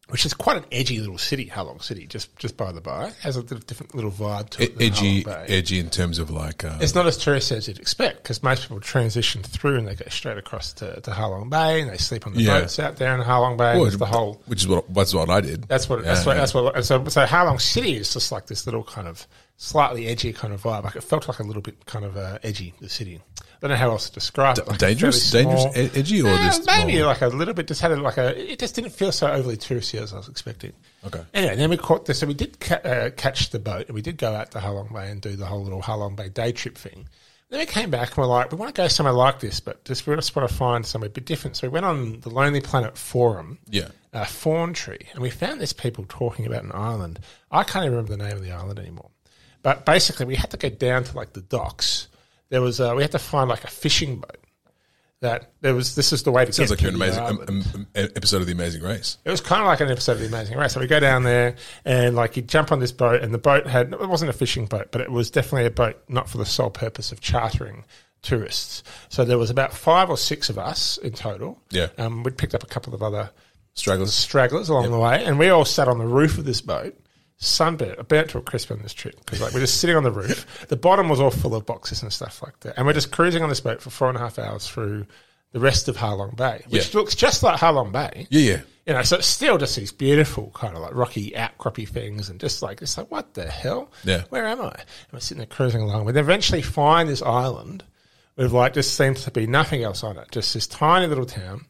which is quite an edgy little city, Harlong City, just just by the by. It has a little different little vibe to E- it. than edgy, Harlong Bay. edgy in terms of like. Uh, eh? It's not as tourist as you'd expect because most people transition through and they go straight across to, to Harlong Bay and they sleep on the Yeah. boats out there in Harlong Bay. and Well, it's the whole which is what that's what I did. That's what. Yeah, that's what. yeah. That's what. And so, so Harlong City is just like this little kind of slightly edgy kind of vibe. Like it felt like a little bit kind of uh, edgy. The city. I don't know how else to describe it. Like dangerous, fairly dangerous, small. e- edgy, or Eh, just maybe normal? like a little bit. Just had a, like a. It just didn't feel so overly touristy as I was expecting. Okay. Anyway, then we caught this. So we did ca- uh, catch the boat, and we did go out to Halong Bay and do the whole little Halong Bay day trip thing. Then we came back and we're like, we want to go somewhere like this, but just we just want to find somewhere a bit different. So we went on the Lonely Planet forum Yeah. a fawn tree, and we found these people talking about an island. I can't even remember the name of the island anymore. But basically, we had to go down to like the docks. There was uh we had to find like a fishing boat. That there was. This is the way to Sounds get like to an the amazing um, island. um, um, episode of The Amazing Race. It was kind of like an episode of The Amazing Race. So we go down there and like you jump on this boat, and the boat had it wasn't a fishing boat, but it was definitely a boat not for the sole purpose of chartering tourists. So there was about five or six of us in total. Yeah. um, we picked up a couple of other Stragglers. stragglers along the way, and we all sat on the roof of this boat, sunburnt, about to a crisp on this trip because like we're just sitting on the roof. The bottom was all full of boxes and stuff like that, and we're just cruising on this boat for four and a half hours through the rest of Harlong Bay, which looks just like Harlong Bay. Yeah, yeah. You know, so it's still just these beautiful kind of like rocky outcroppy things, and just like it's like what the hell? Yeah. where am I? And we're sitting there cruising along. We eventually find this island with like just seems to be nothing else on it, just this tiny little town.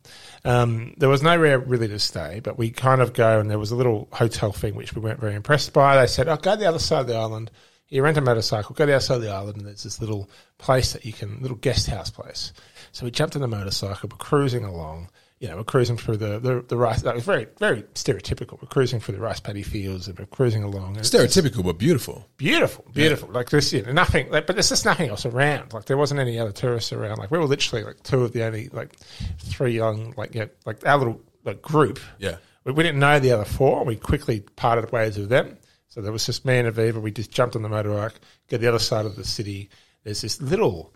Um, there was nowhere really to stay, but we kind of go and there was a little hotel thing which we weren't very impressed by. They said, "Oh, go to the other side of the island." You rent a motorcycle, go to the other side of the island, and there's this little place that you can, little guest house place. So we jumped on the motorcycle, we're cruising along. You know, we're cruising through the, the, the rice. That was very, very stereotypical. We're cruising through the rice paddy fields and we're cruising along. and it's just- Stereotypical, but beautiful. beautiful, beautiful. Like this, you know, nothing. Like, but there's just nothing else around. Like there wasn't any other tourists around. Like we were literally like two of the only like three young like yeah, like our little like group. Yeah. we, we didn't know the other four. We quickly parted ways with them. So there was just me and Aviva. We just jumped on the motorbike, go to the other side of the city. There's this little,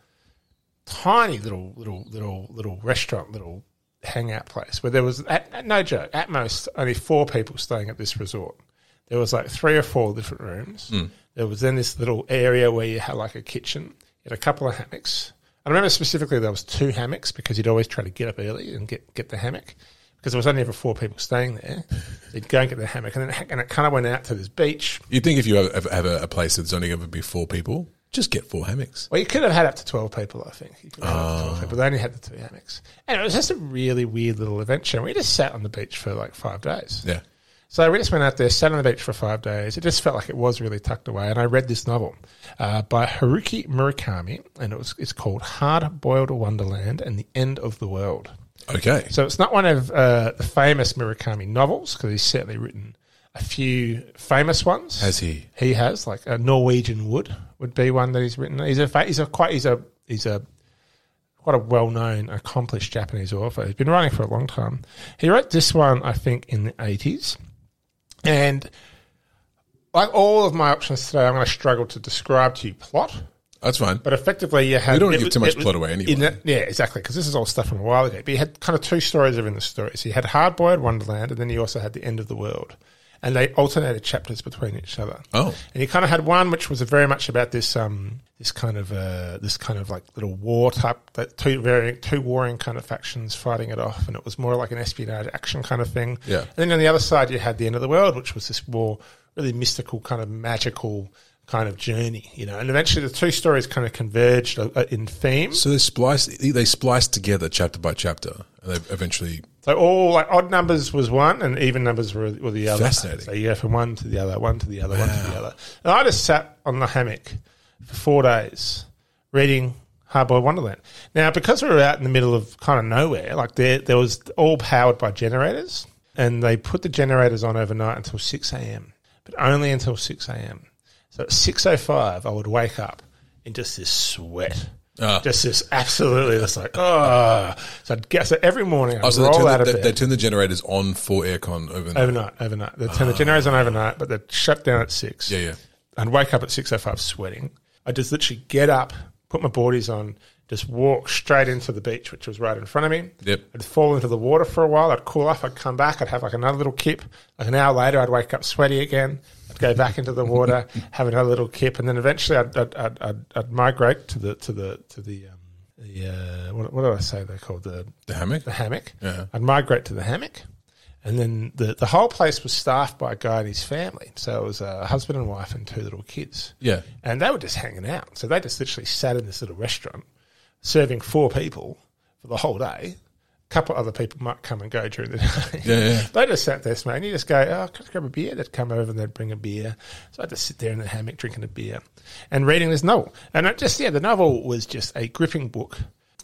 tiny little little little little restaurant little. Hangout place where there was at, at no joke at most only four people staying at this resort. There was like three or four different rooms. There was then this little area where you had like a kitchen. You had a couple of hammocks. I remember specifically there was two hammocks because you'd always try to get up early and get, get the hammock because there was only ever four people staying there. You'd go and get the hammock and, then, and it kind of went out to this beach. You'd think if you have, have a, a place that's only ever be four people, just get four hammocks. Well, you could have had up to 12 people, I think. You could have had up to 12 people. They only had the two hammocks. And it was just a really weird little adventure. And we just sat on the beach for like five days. Yeah. So we just went out there, sat on the beach for five days. It just felt like it was really tucked away. And I read this novel uh, by Haruki Murakami, and it was it's called Hard Boiled Wonderland and the End of the World. Okay. So it's not one of uh, the famous Murakami novels because he's certainly written a few famous ones. Has he? He has like a Norwegian Wood would be one that he's written. He's a fa- he's a quite he's a he's a quite a well known accomplished Japanese author. He's been writing for a long time. He wrote this one I think in the eighties, and like all of my options today, I'm going to struggle to describe to you plot. That's fine. But effectively, you had. We don't it give was- too much it was- plot away anyway. in that- yeah, exactly. Because this is all stuff from a while ago. But you had kind of two stories within the story. So you had Hard Boiled Wonderland, and then you also had The End of the World. and they alternated chapters between each other. Oh. and you kind of had one which was very much about this um this kind of uh this kind of like little war type that two very two warring kind of factions fighting it off, and it was more like an espionage action kind of thing. Yeah. and then on the other side you had the end of the world, which was this more really mystical kind of magical kind of journey, you know. And eventually the two stories kind of converged uh, uh, in theme. So they spliced they spliced together chapter by chapter, and they eventually. So all like odd numbers was one, and even numbers were, were the other. Fascinating. So you go from one to the other, one to the other, one to the other. And I just sat on the hammock for four days reading Hardboy Wonderland. Now, because we were out in the middle of kind of nowhere, like there there was all powered by generators, and they put the generators on overnight until six a.m. But only until six a.m. So at six o five, I would wake up in just this sweat. Ah. Just this, absolutely, just like, oh. So, I'd get, so every morning I'd Oh, so they roll turned, out the, of Oh. they, bed. they turned the generators on for aircon overnight. Overnight, overnight. They turn the generators on overnight, but they'd shut down at six. Yeah, yeah. I'd wake up at six oh five sweating. I just literally get up, put my boardies on, just walk straight into the beach, which was right in front of me. Yep. I'd fall into the water for a while. I'd cool off. I'd come back. I'd have like another little kip. Like an hour later, I'd wake up sweaty again. I'd go back into the water, have another little kip, and then eventually I'd I'd, I'd, I'd, I'd migrate to the to the to the um, the uh, what, what did I say they called the The hammock. the hammock. Yeah. I'd migrate to the hammock. And then the, the whole place was staffed by a guy and his family. So it was a husband and wife and two little kids. Yeah. And they were just hanging out. So they just literally sat in this little restaurant serving four people for the whole day. A couple other people might come and go during the day. Yeah, yeah. They just sat there, mate. And you just go, oh, can I grab a beer? They'd come over and they'd bring a beer. So I'd just sit there in the hammock drinking a beer and reading this novel. And it just, yeah, the novel was just a gripping book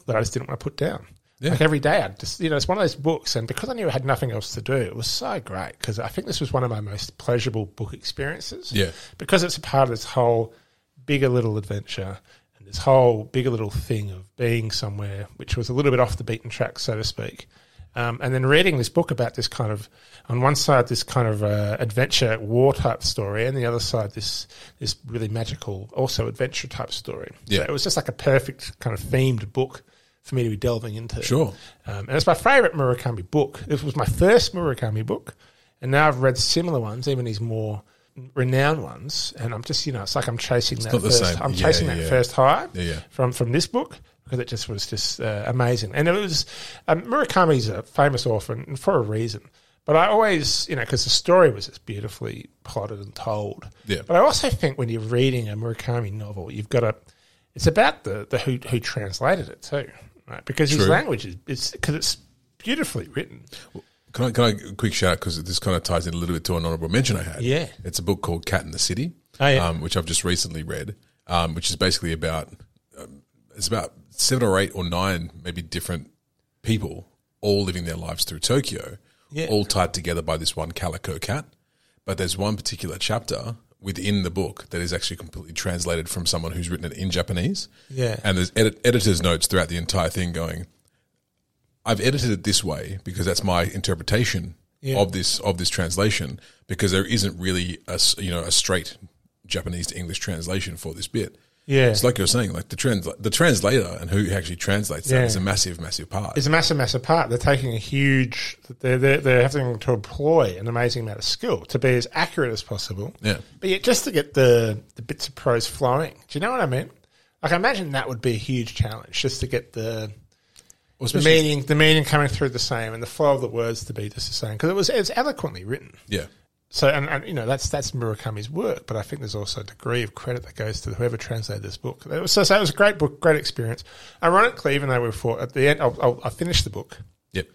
that I just didn't want to put down. Like every day, I'd just, you know, it's one of those books. And because I knew I had nothing else to do, it was so great because I think this was one of my most pleasurable book experiences. Yeah. Because it's a part of this whole bigger little adventure and this whole bigger little thing of being somewhere, which was a little bit off the beaten track, so to speak. Um, and then reading this book about this kind of, on one side, this kind of uh, adventure war type story, and the other side, this this really magical, also adventure type story. Yeah. So it was just like a perfect kind of themed book for me to be delving into. Sure. Um, and it's my favorite Murakami book. This was my first Murakami book, and now I've read similar ones, even these more renowned ones. And I'm just, you know, it's like I'm chasing that. not the first, same. I'm Yeah, chasing yeah, that yeah. first high Yeah, yeah. from from this book because it just was just uh, amazing. And it was um, Murakami's a famous author and for a reason. But I always, you know, because the story was just beautifully plotted and told. Yeah. But I also think when you're reading a Murakami novel, you've got to. It's about the, the who who translated it too, right? Because his True. language is it's because it's beautifully written. Can I, can I quick shout out because this kind of ties in a little bit to an honorable mention I had? Yeah. It's a book called Cat in the City, Oh, yeah. um, which I've just recently read, um, which is basically about um, it's about seven or eight or nine maybe different people all living their lives through Tokyo, Yeah. all tied together by this one calico cat. But there's one particular chapter within the book that is actually completely translated from someone who's written it in Japanese. Yeah. And there's edit- editor's notes throughout the entire thing going, I've edited it this way because that's my interpretation Yeah. of this of this translation because there isn't really a s- you know a straight Japanese to English translation for this bit. Yeah. It's like you're saying, like the trans the translator and who actually translates Yeah. that is a massive, massive part. It's a massive, massive part. They're taking a huge. They're, they're they're having to employ an amazing amount of skill to be as accurate as possible. yeah, But yeah, just to get the, the bits of prose flowing. Do you know what I mean? Like, I imagine that would be a huge challenge, just to get the, Well, the especially- meaning the meaning coming through the same and the flow of the words to be just the same because it was it's eloquently written. yeah, So, and, and you know that's that's Murakami's work, but I think there's also a degree of credit that goes to whoever translated this book. It was, so, so it was a great book, great experience. Ironically, even though we were four, at the end, I'll, I'll, I finished the book. yep.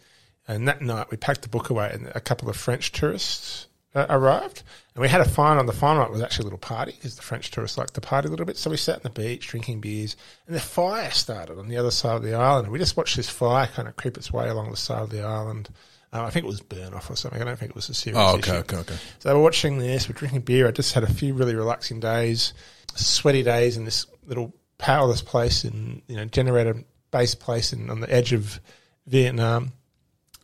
And that night, we packed the book away, and a couple of French tourists uh, arrived. And we had a fine on the final night was actually a little party because the French tourists liked to party a little bit. So we sat on the beach drinking beers, and the fire started on the other side of the island. And we just watched this fire kind of creep its way along the side of the island. Uh, I think it was burn off or something. I don't think it was a serious Oh, issue. okay, okay, okay. So we're watching this, we're drinking beer. I just had a few really relaxing days, sweaty days in this little powerless place in, you know, generator based place in, on the edge of Vietnam.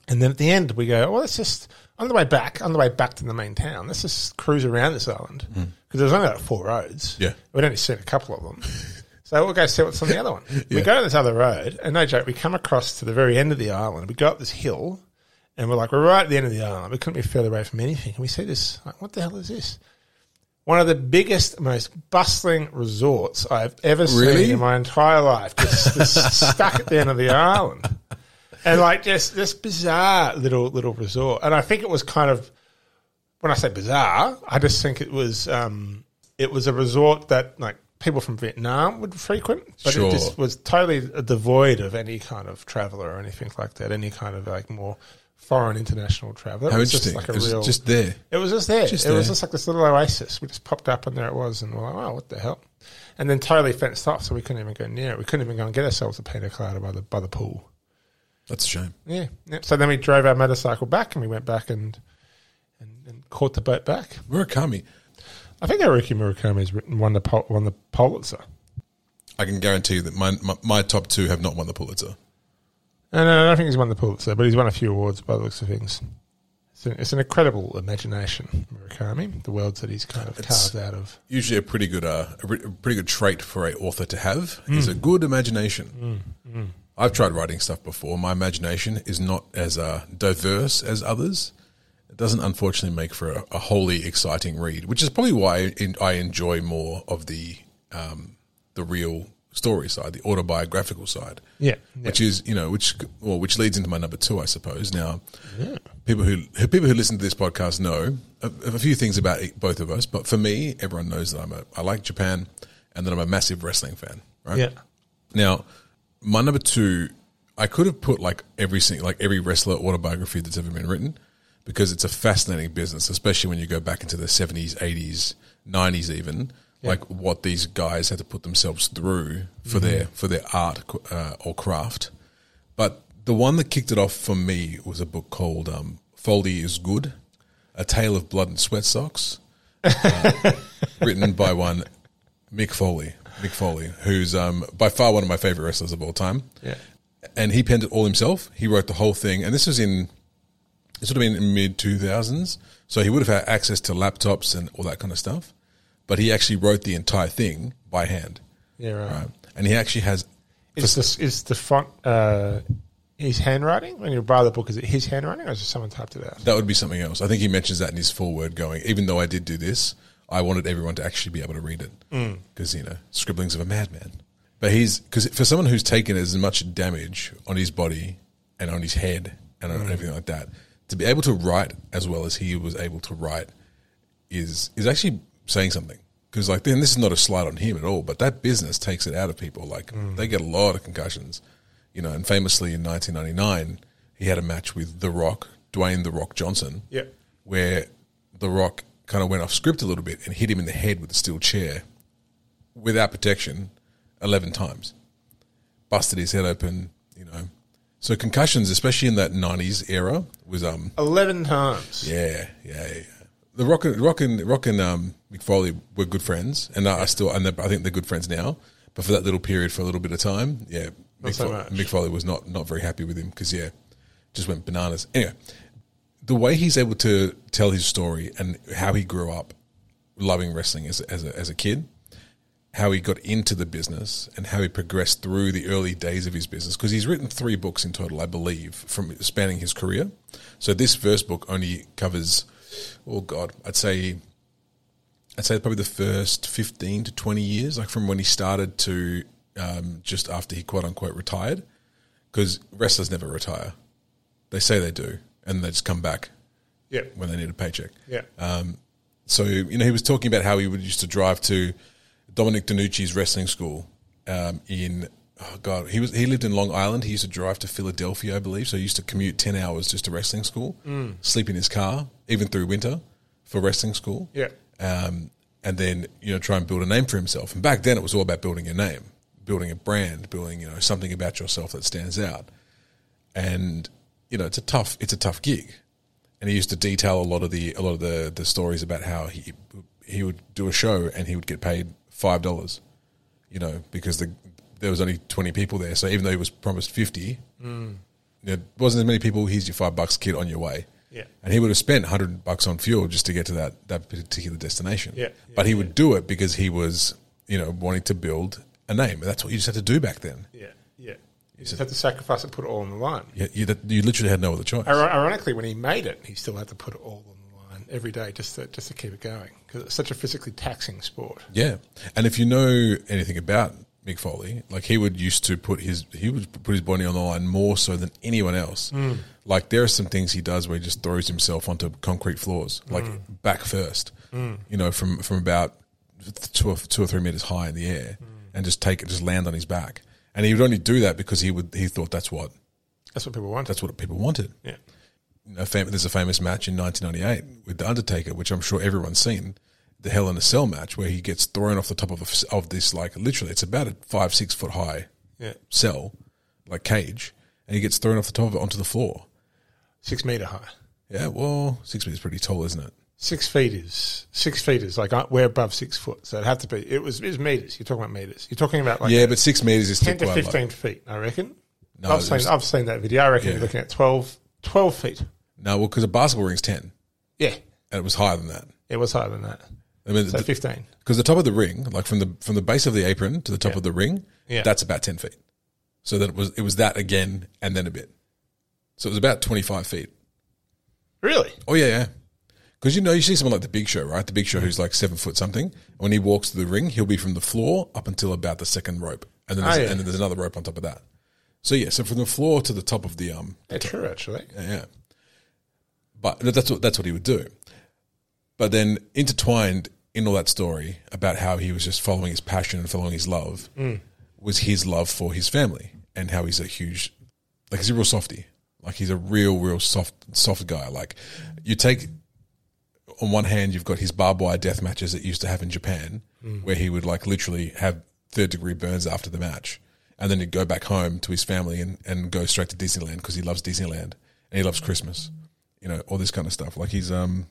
And then at the end, we go, well, let's just, on the way back, on the way back to the main town, let's just cruise around this island. Because there's only like four roads. Yeah. We'd only seen a couple of them. so we'll go see what's on the other one. We go to this other road, and no joke, we come across to the very end of the island. We go up this hill, And we're like, we're right at the end of the island. We couldn't be further away from anything. And we see this. Like, what the hell is this? One of the biggest, most bustling resorts I've ever Really? seen in my entire life. Just, just stuck at the end of the island. And like just this bizarre little little resort. And I think it was kind of when I say bizarre, I just think it was um, it was a resort that like people from Vietnam would frequent, but Sure. it just was totally devoid of any kind of traveler or anything like that, any kind of like more foreign international traveler. How it was interesting. Just like it a was real, just there. it was just there. just it was there. just like this little oasis. We just popped up and there it was, and we're like, wow, what the hell? And then totally fenced off, so we couldn't even go near it. We couldn't even go and get ourselves a pina colada by the by the pool. That's a shame. Yeah. yeah. So then we drove our motorcycle back, and we went back and and, and caught the boat back. Murakami. I think Haruki Murakami has written won the Pul- won the Pulitzer. I can guarantee you that my, my my top two have not won the Pulitzer. No, no, I don't think he's won the Pulitzer, but he's won a few awards by the looks of things. It's an, it's an incredible imagination, Murakami. The worlds that he's kind of It's- carved out of. Usually, a pretty good uh, a, re- a pretty good trait for a author to have is a good imagination. I've tried writing stuff before. My imagination is not as uh, diverse as others. It doesn't unfortunately make for a, a wholly exciting read, which is probably why in, I enjoy more of the um, the real story side, the autobiographical side. Yeah, yeah. which is you know which well which leads into my number two, I suppose. Now, people who who- people who listen to this podcast know a, a few things about it- both of us, but for me, everyone knows that I'm a I like Japan and that I'm a massive wrestling fan. Right? Yeah. Now, my number two, I could have put like every single like every wrestler autobiography that's ever been written because it's a fascinating business, especially when you go back into the seventies, eighties, nineties, even like what these guys had to put themselves through for their for their art uh, or craft. But the one that kicked it off for me was a book called um, "Foldy Is Good: A Tale of Blood and Sweat Socks," uh, written by one Mick Foley. Mick Foley, who's um, by far one of my favorite wrestlers of all time, Yeah. and he penned it all himself. He wrote the whole thing, and this was in this would have been in mid two thousands, so he would have had access to laptops and all that kind of stuff. But he actually wrote the entire thing by hand, Yeah, right. right? And he actually has Is, this, is the font uh, his handwriting? When you buy the book, is it his handwriting or is it someone typed it out? That would be something else. I think he mentions that in his foreword going, even though I did do this, I wanted everyone to actually be able to read it. Because, you know, scribblings of a madman. But he's, because for someone who's taken as much damage on his body and on his head and on everything like that, to be able to write as well as he was able to write is is actually saying something. Because, like, then this is not a slight on him at all, but that business takes it out of people. Like, they get a lot of concussions, you know, and famously in 1999, he had a match with The Rock, Dwayne The Rock Johnson Yeah. where The Rock kind of went off script a little bit and hit him in the head with a steel chair without protection 11 times. Busted his head open, you know. So concussions, especially in that 90s era, was um 11 times. yeah, yeah, yeah. The Rock and Rock and Rock and um, McFoley were good friends, and I still and I think they're good friends now. But for that little period, for a little bit of time, yeah, Mick, so Fo- much. Mick Foley was not not very happy with him because yeah, just went bananas. Anyway, the way he's able to tell his story and how he grew up loving wrestling as as a, as a kid, how he got into the business and how he progressed through the early days of his business because he's written three books in total, I believe, from spanning his career. So this first book only covers, oh god, I'd say, I'd say probably the first fifteen to twenty years, like from when he started to um, just after he quote unquote retired, because wrestlers never retire. They say they do, and they just come back Yeah. when they need a paycheck. Yeah. So you know, he was talking about how he would used to drive to Dominic DiNucci's wrestling school um, in oh god, he was he lived in Long Island. He used to drive to Philadelphia, I believe. So he used to commute ten hours just to wrestling school, sleep in his car even through winter for wrestling school. Yeah. Um, and then you know try and build a name for himself. And back then it was all about building a name, building a brand, building you know something about yourself that stands out and you know it's a tough it's a tough gig and he used to detail a lot of the a lot of the the stories about how he he would do a show and he would get paid five dollars you know because the there was only 20 people there so even though he was promised 50 there wasn't as many people here's your five bucks kid on your way Yeah. and he would have spent 100 bucks on fuel just to get to that that particular destination Yeah. but he would do it because he was you know wanting to build a name and that's what you just had to do back then yeah. Yeah. You just had to sacrifice and put it all on the line. Yeah, you, that, you literally had no other choice. Iro- Ironically, when he made it, he still had to put it all on the line every day just to, just to keep it going because it's such a physically taxing sport. Yeah, and if you know anything about Mick Foley, like he would used to put his he would put his body on the line more so than anyone else. Like there are some things he does where he just throws himself onto concrete floors, like back first, you know, from from about two or, two or three meters high in the air, and just take it, just land on his back. And he would only do that because he would he thought that's what That's what people want. that's what people wanted. yeah. You know, fam- there's a famous match in 1998 with the Undertaker, which I'm sure everyone's seen, the Hell in a Cell match, where he gets thrown off the top of a f of this like literally, it's about a five six foot high Yeah. cell, like cage, and he gets thrown off the top of it onto the floor. Six meter high. Yeah, well, six meters is pretty tall, isn't it? Six feet is six feet is like I- we're above six foot, so it had to be. It was it was meters. You're talking about meters. You're talking about like Yeah, but six meters is still ten to quite fifteen low. feet, I reckon. No, I've seen there's- I've seen that video. I reckon Yeah. you're looking at 12, 12 feet. No, well, because a basketball ring's ten, Yeah, and it was higher than that. it was higher than that. I mean, So because fifteen. the top of the ring, like from the from the base of the apron to the top of the ring, Yeah. that's about ten feet. So that it was it was that again, and then a bit. So it was about twenty five feet. Really? Oh yeah, yeah. Because you know, you see someone like the Big Show, right? The Big Show, who's like seven foot something. When he walks to the ring, he'll be from the floor up until about the second rope, and then Oh, there's, yeah. and then there's another rope on top of that. So yeah, so from the floor to the top of the um, Yeah, true. Actually, yeah, yeah. But that's what that's what he would do. But then intertwined in all that story about how he was just following his passion and following his love Mm. was his love for his family and how he's a huge, like he's a real softy, like he's a real real soft soft guy. Like you take on one hand you've got his barbed wire death matches that used to have in Japan, Mm. where he would like literally have third degree burns after the match, and then he'd go back home to his family and, and go straight to Disneyland because he loves Disneyland and he loves Christmas, you know, all this kind of stuff. Like he's um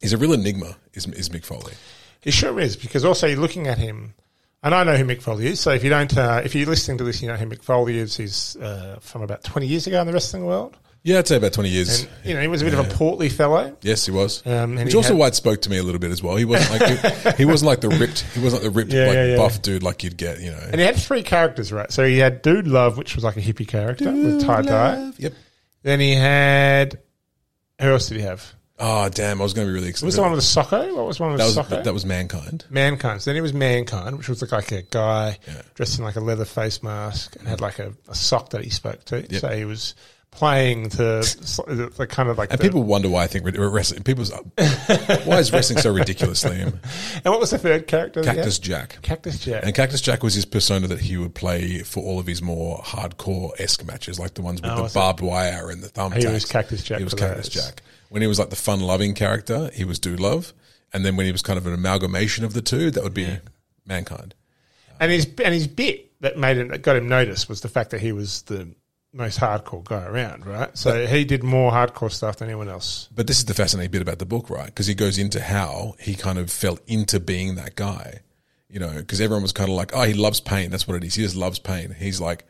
he's a real enigma, is is Mick Foley. he sure is because also you're looking at him, and I know who Mick Foley is. So if you don't, uh, if you're listening to this, you know who Mick Foley is. He's uh, from about twenty years ago in the wrestling world. Yeah, I'd say about twenty years. You know, he was a bit of a portly fellow. yes, he was. Um, and Which he also had- why it spoke to me a little bit as well. He wasn't like he, he wasn't like the ripped he wasn't like the ripped Yeah, like yeah, yeah. buff dude like you'd get, you know. And he had three characters, right? So he had Dude Love, which was like a hippie character with tie dye. Yep. Then he had who else did he have? Oh damn, I was gonna be really What was excited. the one with the Socko? What was one with that the was Socko? that was mankind. Mankind. So then it was Mankind, which was like a guy dressed in like a leather face mask and had like a, a sock that he spoke to. So he was playing to so- the kind of like. And the- people wonder why I think re- wrestling. People's why is wrestling so ridiculous, Liam? and what was the third character? that he had? Cactus Jack. Cactus Jack. And Cactus Jack was his persona that he would play for all of his more hardcore esque matches, like the ones with the barbed wire and the thumbtacks. Oh, He was Cactus Jack He was for Cactus those. Jack. When he was like the fun loving character, he was Dude Love, and then when he was kind of an amalgamation of the two, that would be Mankind. And his and his bit that made him that got him noticed was the fact that he was the most hardcore guy around, right? So he did more hardcore stuff than anyone else. But this is the fascinating bit about the book, right? Because he goes into how he kind of fell into being that guy, you know, because everyone was kind of like, oh, he loves pain. That's what it is. He just loves pain. He's like,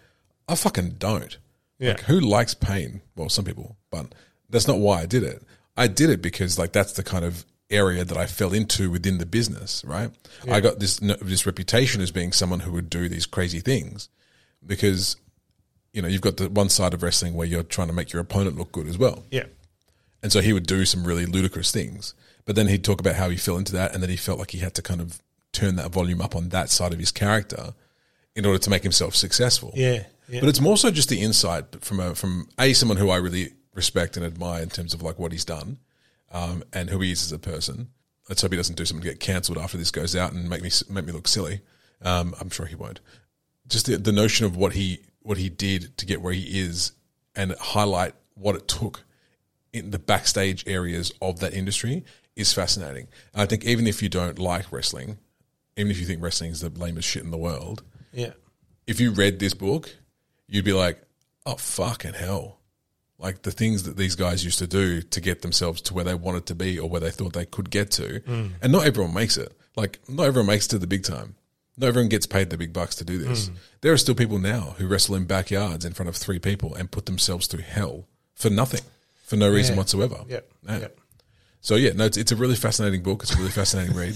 I fucking don't. Yeah. Like, who likes pain? Well, some people, but that's not why I did it. I did it because, like, that's the kind of area that I fell into within the business, right? I got this this reputation as being someone who would do these crazy things because, you know, you've got the one side of wrestling where you're trying to make your opponent look good as well. Yeah. And so he would do some really ludicrous things. But then he'd talk about how he fell into that and that he felt like he had to kind of turn that volume up on that side of his character in order to make himself successful. Yeah. Yeah. But it's more so just the insight from a, from a someone who I really respect and admire in terms of like what he's done um, and who he is as a person. Let's hope he doesn't do something to get cancelled after this goes out and make me make me look silly. Um, I'm sure he won't. Just the, the notion of what he what he did to get where he is and highlight what it took in the backstage areas of that industry is fascinating. And I think even if you don't like wrestling, even if you think wrestling is the lamest shit in the world, yeah. if you read this book, you'd be like, oh, fucking hell. Like the things that these guys used to do to get themselves to where they wanted to be or where they thought they could get to. Mm. And not everyone makes it. Like, not everyone makes it to the big time. Not everyone gets paid the big bucks to do this. Mm. There are still people now who wrestle in backyards in front of three people and put themselves through hell for nothing, for no reason whatsoever. Yeah. Yeah. Yeah. So, yeah, no, it's, it's a really fascinating book. It's a really fascinating read.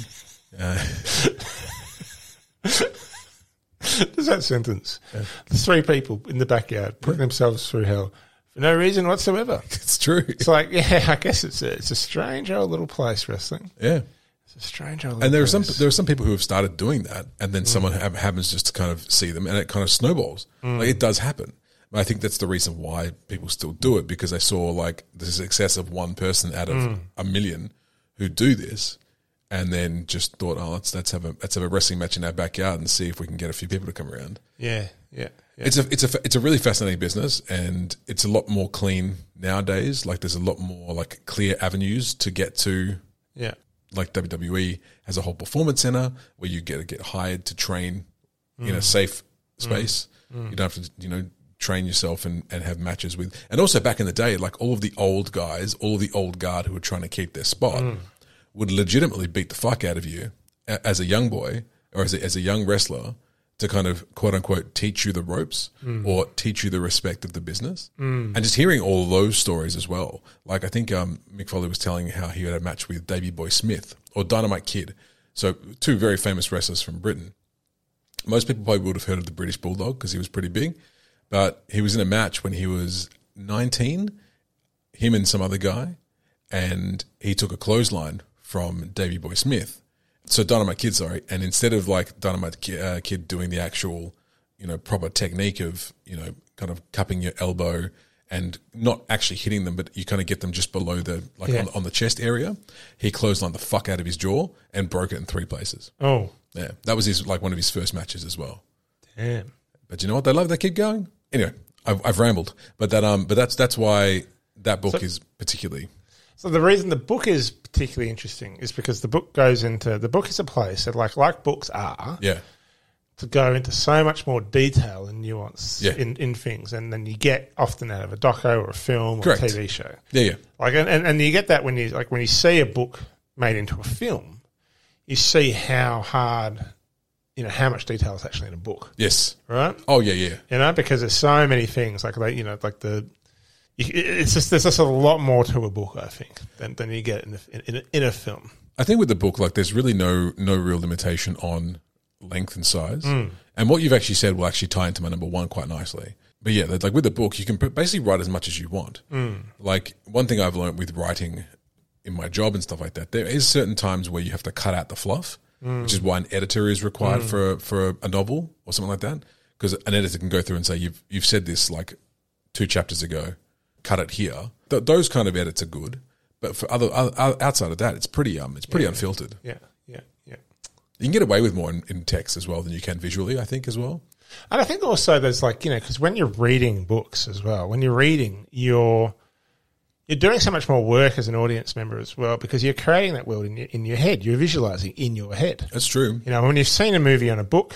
There's that sentence. The three people in the backyard putting themselves through hell for no reason whatsoever. It's true. It's like, yeah, I guess it's a, it's a strange old little place wrestling. Yeah. It's a strange old. Little And there are some place. there are some people who have started doing that, and then someone ha- happens just to kind of see them, and it kind of snowballs. Like it does happen. And I think that's the reason why people still do it because they saw like the success of one person out of a million who do this, and then just thought, oh, let's let's have a let's have a wrestling match in our backyard and see if we can get a few people to come around. Yeah, yeah, yeah. It's a it's a fa- it's a really fascinating business, and it's a lot more clean nowadays. Like there's a lot more like clear avenues to get to yeah. like WWE has a whole performance center where you get get hired to train in a safe space. You don't have to, you know, train yourself and, and have matches with. And also back in the day, like all of the old guys, all of the old guard who were trying to keep their spot would legitimately beat the fuck out of you a- as a young boy or as a, as a young wrestler to kind of quote unquote teach you the ropes or teach you the respect of the business. And just hearing all those stories as well. Like I think um, Mick Foley was telling how he had a match with Davey Boy Smith or Dynamite Kid. So two very famous wrestlers from Britain most people probably would have heard of the British Bulldog because he was pretty big, but he was in a match when he was 19, him and some other guy, and he took a clothesline from Davy Boy Smith. So Dynamite Kid, sorry, and instead of like Dynamite Ki- uh, Kid doing the actual, you know, proper technique of you know, kind of cupping your elbow and not actually hitting them, but you kind of get them just below the like Yeah. on, on the chest area, he clotheslined the fuck out of his jaw and broke it in three places. Oh, Yeah, that was his like one of his first matches as well. damn. But you know what? They love that kid going. Anyway, I've, I've rambled, but that um, but that's that's why that book is particularly So the reason the book is particularly interesting is because the book goes into the book is a place that, like, like books are, yeah to go into so much more detail and nuance Yeah. in, in things, and then you get often out of a doco or a film or Correct. a TV show. yeah yeah Like, and, and, and you get that when you like when you see a book made into a film, you see how hard, you know, how much detail is actually in a book, yes right? oh yeah yeah you know, because there's so many things like like you know like the you- it's just there's just a lot more to a book I think than, than you get in, the, in, in, a, in a film. I think with the book, like there's really no no real limitation on length and size, and what you've actually said will actually tie into my number one quite nicely. But yeah, that- like with the book, you can pr- basically write as much as you want. Like one thing I've learned with writing in my job and stuff like that, there is certain times where you have to cut out the fluff, which is why an editor is required for a, for a novel or something like that, because an editor can go through and say you've you've said this like two chapters ago, cut it here. Th- those kind of edits are good. But for other, other outside of that, it's pretty um, it's pretty unfiltered. Yeah, yeah, yeah. You can get away with more in, in text as well than you can visually, I think, as well. And I think also there's like you know because when you're reading books as well, when you're reading you're you're doing so much more work as an audience member as well because you're creating that world in your, in your head. You're visualizing in your head. That's true. You know, when you've seen a movie on a book,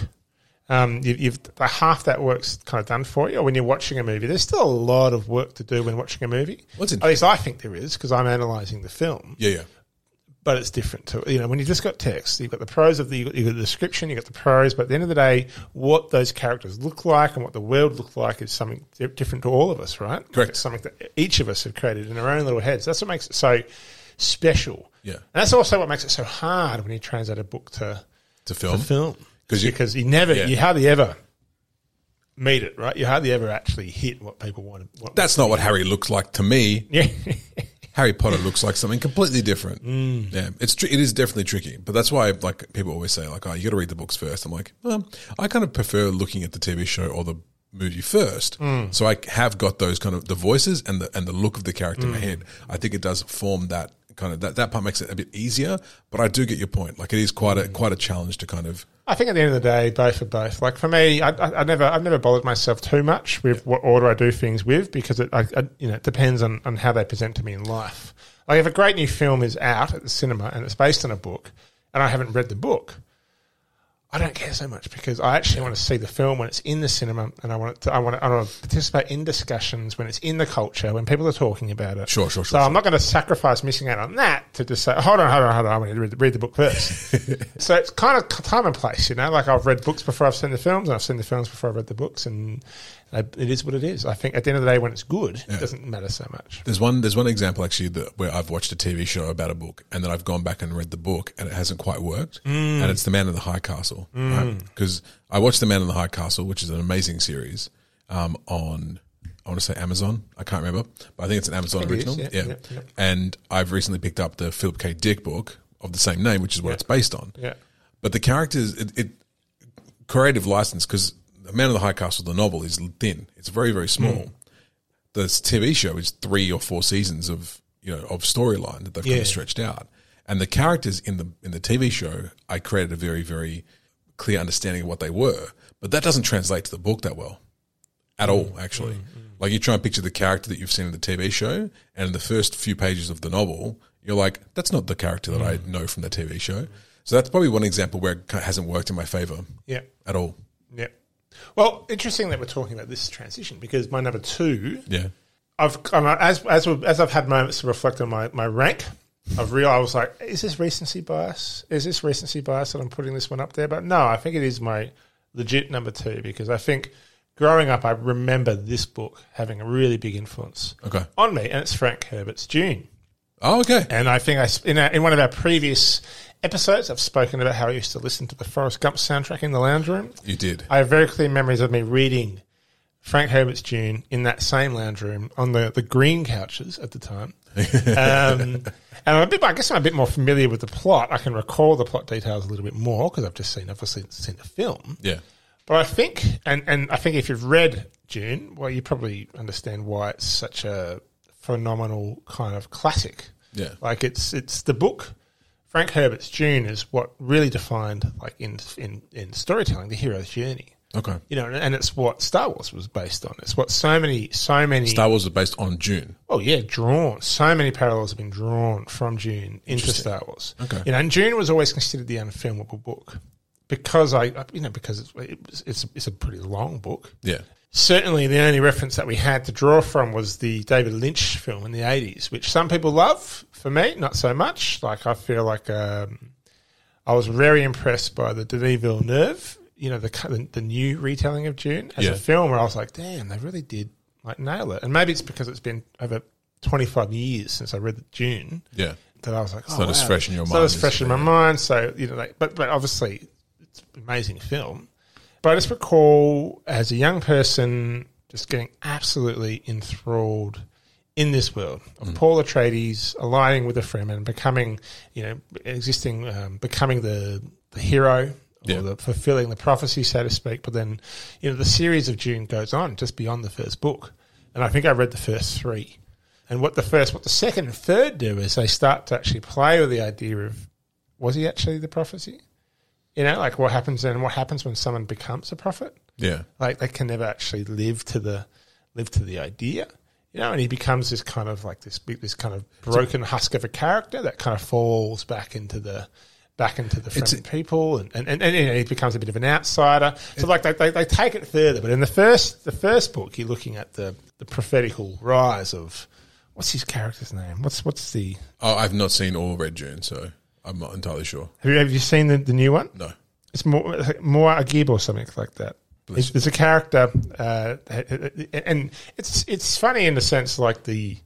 um, you've, you've the half that work's kind of done for you. Or when you're watching a movie, there's still a lot of work to do when watching a movie. What's At in- least I think there is because I'm analysing the film, Yeah, yeah. but it's different to you know when you just got text. You've got the prose of the you've got the description, you've got the prose, but at the end of the day, what those characters look like and what the world looked like is something di- different to all of us, right? Correct. It's something that each of us have created in our own little heads. That's what makes it so special. Yeah. and that's also what makes it so hard when you translate a book to To film. film 'Cause you- because you never yeah. you hardly ever meet it right you hardly ever actually hit what people want what, That's not what Harry looks like to me. yeah Harry Potter looks like something completely different. Yeah, it's tr- it is definitely tricky, but that's why like people always say like, oh, you got to read the books first. I'm like, well, I kind of prefer looking at the TV show or the movie first, so I have got those kind of the voices and the and the look of the character in my head. I think it does form that kind of that that part makes it a bit easier. But I do get your point. Like it is quite a quite a challenge to kind of i think at the end of the day both are both like for me i, I, I never i've never bothered myself too much with what order i do things with because it I, I, you know it depends on, on how they present to me in life like if a great new film is out at the cinema and it's based on a book and i haven't read the book I don't care so much because I actually want to see the film when it's in the cinema, and I want it to, I want to, I want to participate in discussions when it's in the culture when people are talking about it. Sure, sure, So sure, I'm not going to sacrifice missing out on that to just say, hold on, hold on, hold on, I want to read the, read the book first. so it's kind of time and place, you know. Like I've read books before I've seen the films, and I've seen the films before I've read the books, and I, it is what it is. I think at the end of the day, when it's good, it doesn't matter so much. There's one. There's one example actually that where I've watched a TV show about a book, and then I've gone back and read the book, and it hasn't quite worked. And it's The Man in the High Castle, Because I watched The Man in the High Castle, which is an amazing series um, on. I want to say Amazon. I can't remember, but I think it's an Amazon It is, original. yeah, yeah. yeah, yeah. And I've recently picked up the Philip K. Dick book of the same name, which is what it's based on. Yeah. But the characters, it, it creative license because the Man of the High Castle, the novel, is thin. It's very very small. The TV show is three or four seasons of you know of storyline that they've kind Yeah. of stretched out, and the characters in the in the TV show, I created a very very clear understanding of what they were, but that doesn't translate to the book that well at all, actually. Like you try and picture the character that you've seen in the TV show, and in the first few pages of the novel, you're like, that's not the character that I know from the TV show. So that's probably one example where it ki- hasn't worked in my favor Yeah. at all. Yeah. Well, interesting that we're talking about this transition because my number two Yeah. I've I'm, as as we- as I've had moments to reflect on my, my rank, I've realized I was like, is this recency bias? Is this recency bias that I'm putting this one up there? But no, I think it is my legit number two because I think growing up, I remember this book having a really big influence Okay. on me, and it's Frank Herbert's Dune. Oh, okay. And I think I sp- in, our, in one of our previous episodes, I've spoken about how I used to listen to the Forrest Gump soundtrack in the lounge room. You did. I have very clear memories of me reading Frank Herbert's Dune in that same lounge room on the, the green couches at the time. um, and I'm a bit, I guess I'm a bit more familiar with the plot. I can recall the plot details a little bit more because I've just seen, obviously, seen the film. yeah. But I think, and, and I think if you've read Dune, well, you probably understand why it's such a phenomenal kind of classic. Yeah. Like it's it's the book. Frank Herbert's Dune is what really defined, like in in in storytelling, the hero's journey. Okay. You know, and, and it's what Star Wars was based on. It's what so many, so many. Star Wars was based on June. oh yeah, drawn. So many parallels have been drawn from Dune into Star Wars. Okay. you know, and Dune was always considered the unfilmable book because I, you know, because it's it's it's, it's a pretty long book. Yeah. Certainly, the only reference that we had to draw from was the David Lynch film in the 80s, which some people love. For me, not so much. Like, I feel like um, I was very impressed by the Denis Villeneuve, you know, the, cu- the, the new retelling of June as Yeah. a film where I was like, damn, they really did like nail it. And maybe it's because it's been over 25 years since I read June Yeah. that I was like, oh, not wow. as fresh in your It's mind Not as as fresh in my mind. So you know, like, but but obviously, it's an amazing film. But I just recall as a young person just getting absolutely enthralled in this world Mm. of Paul Atreides aligning with a friend and becoming, you know, existing, um, becoming the the hero. Yeah. Or the, fulfilling the prophecy, so to speak. But then, you know, the series of June goes on just beyond the first book, and I think I read the first three. And what the first, what the second and third do is they start to actually play with the idea of was he actually the prophecy? You know, like what happens then? What happens when someone becomes a prophet? Yeah. Like they can never actually live to the live to the idea. You know, and he becomes this kind of like this big, this kind of broken husk of a character that kind of falls back into the back into the front people, and and, and, and you know, he becomes a bit of an outsider. So like they, they, they take it further, but in the first the first book, you're looking at the the prophetical rise of what's his character's name? What's what's the Oh, I've not seen all Red June, so I'm not entirely sure. have you have you seen the, the new one? No. It's more more Agib or something like that. It's, it's a character, uh, and it's it's funny in the sense like the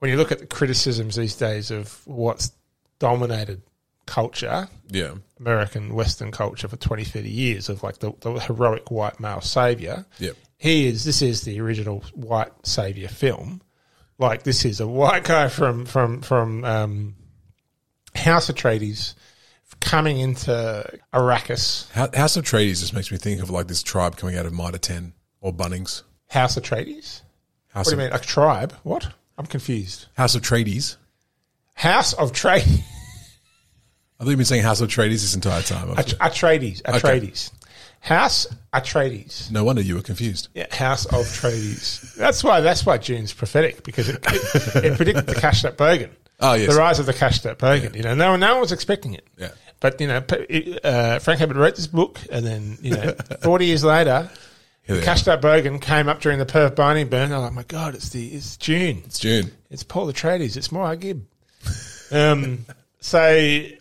when you look at the criticisms these days of what's dominated culture, Yeah. American Western culture for 20, 30 years of like the, the heroic white male savior. Yep. He is. This is the original white savior film. Like this is a white guy from from from um, House Atreides coming into Arrakis. Hou- House of Trades just makes me think of like this tribe coming out of Mitre 10 or Bunnings. House Atreides. House What do of, you mean? A tribe? What? I'm confused. House of Trades. House of Trade I think you've been saying House of Trades this entire time. I've- Atreides. Atreides. House Atreides. no wonder you were confused. Yeah, House of Trades. that's why. That's why June's prophetic because it, it, it predicted the Kashtat Bogan. Oh, yes. the rise of the Kashtat Bogan. You know, no one, no one was expecting it. Yeah. But you know, p- it, uh, Frank Herbert wrote this book, and then you know, forty years later, Here the they are. Kashtat Bogan came up during the Perth Barney burn. They're like, my God, it's the it's June. It's June. It's Paul Atreides. It's Moira Gibb. Um, so Yeah,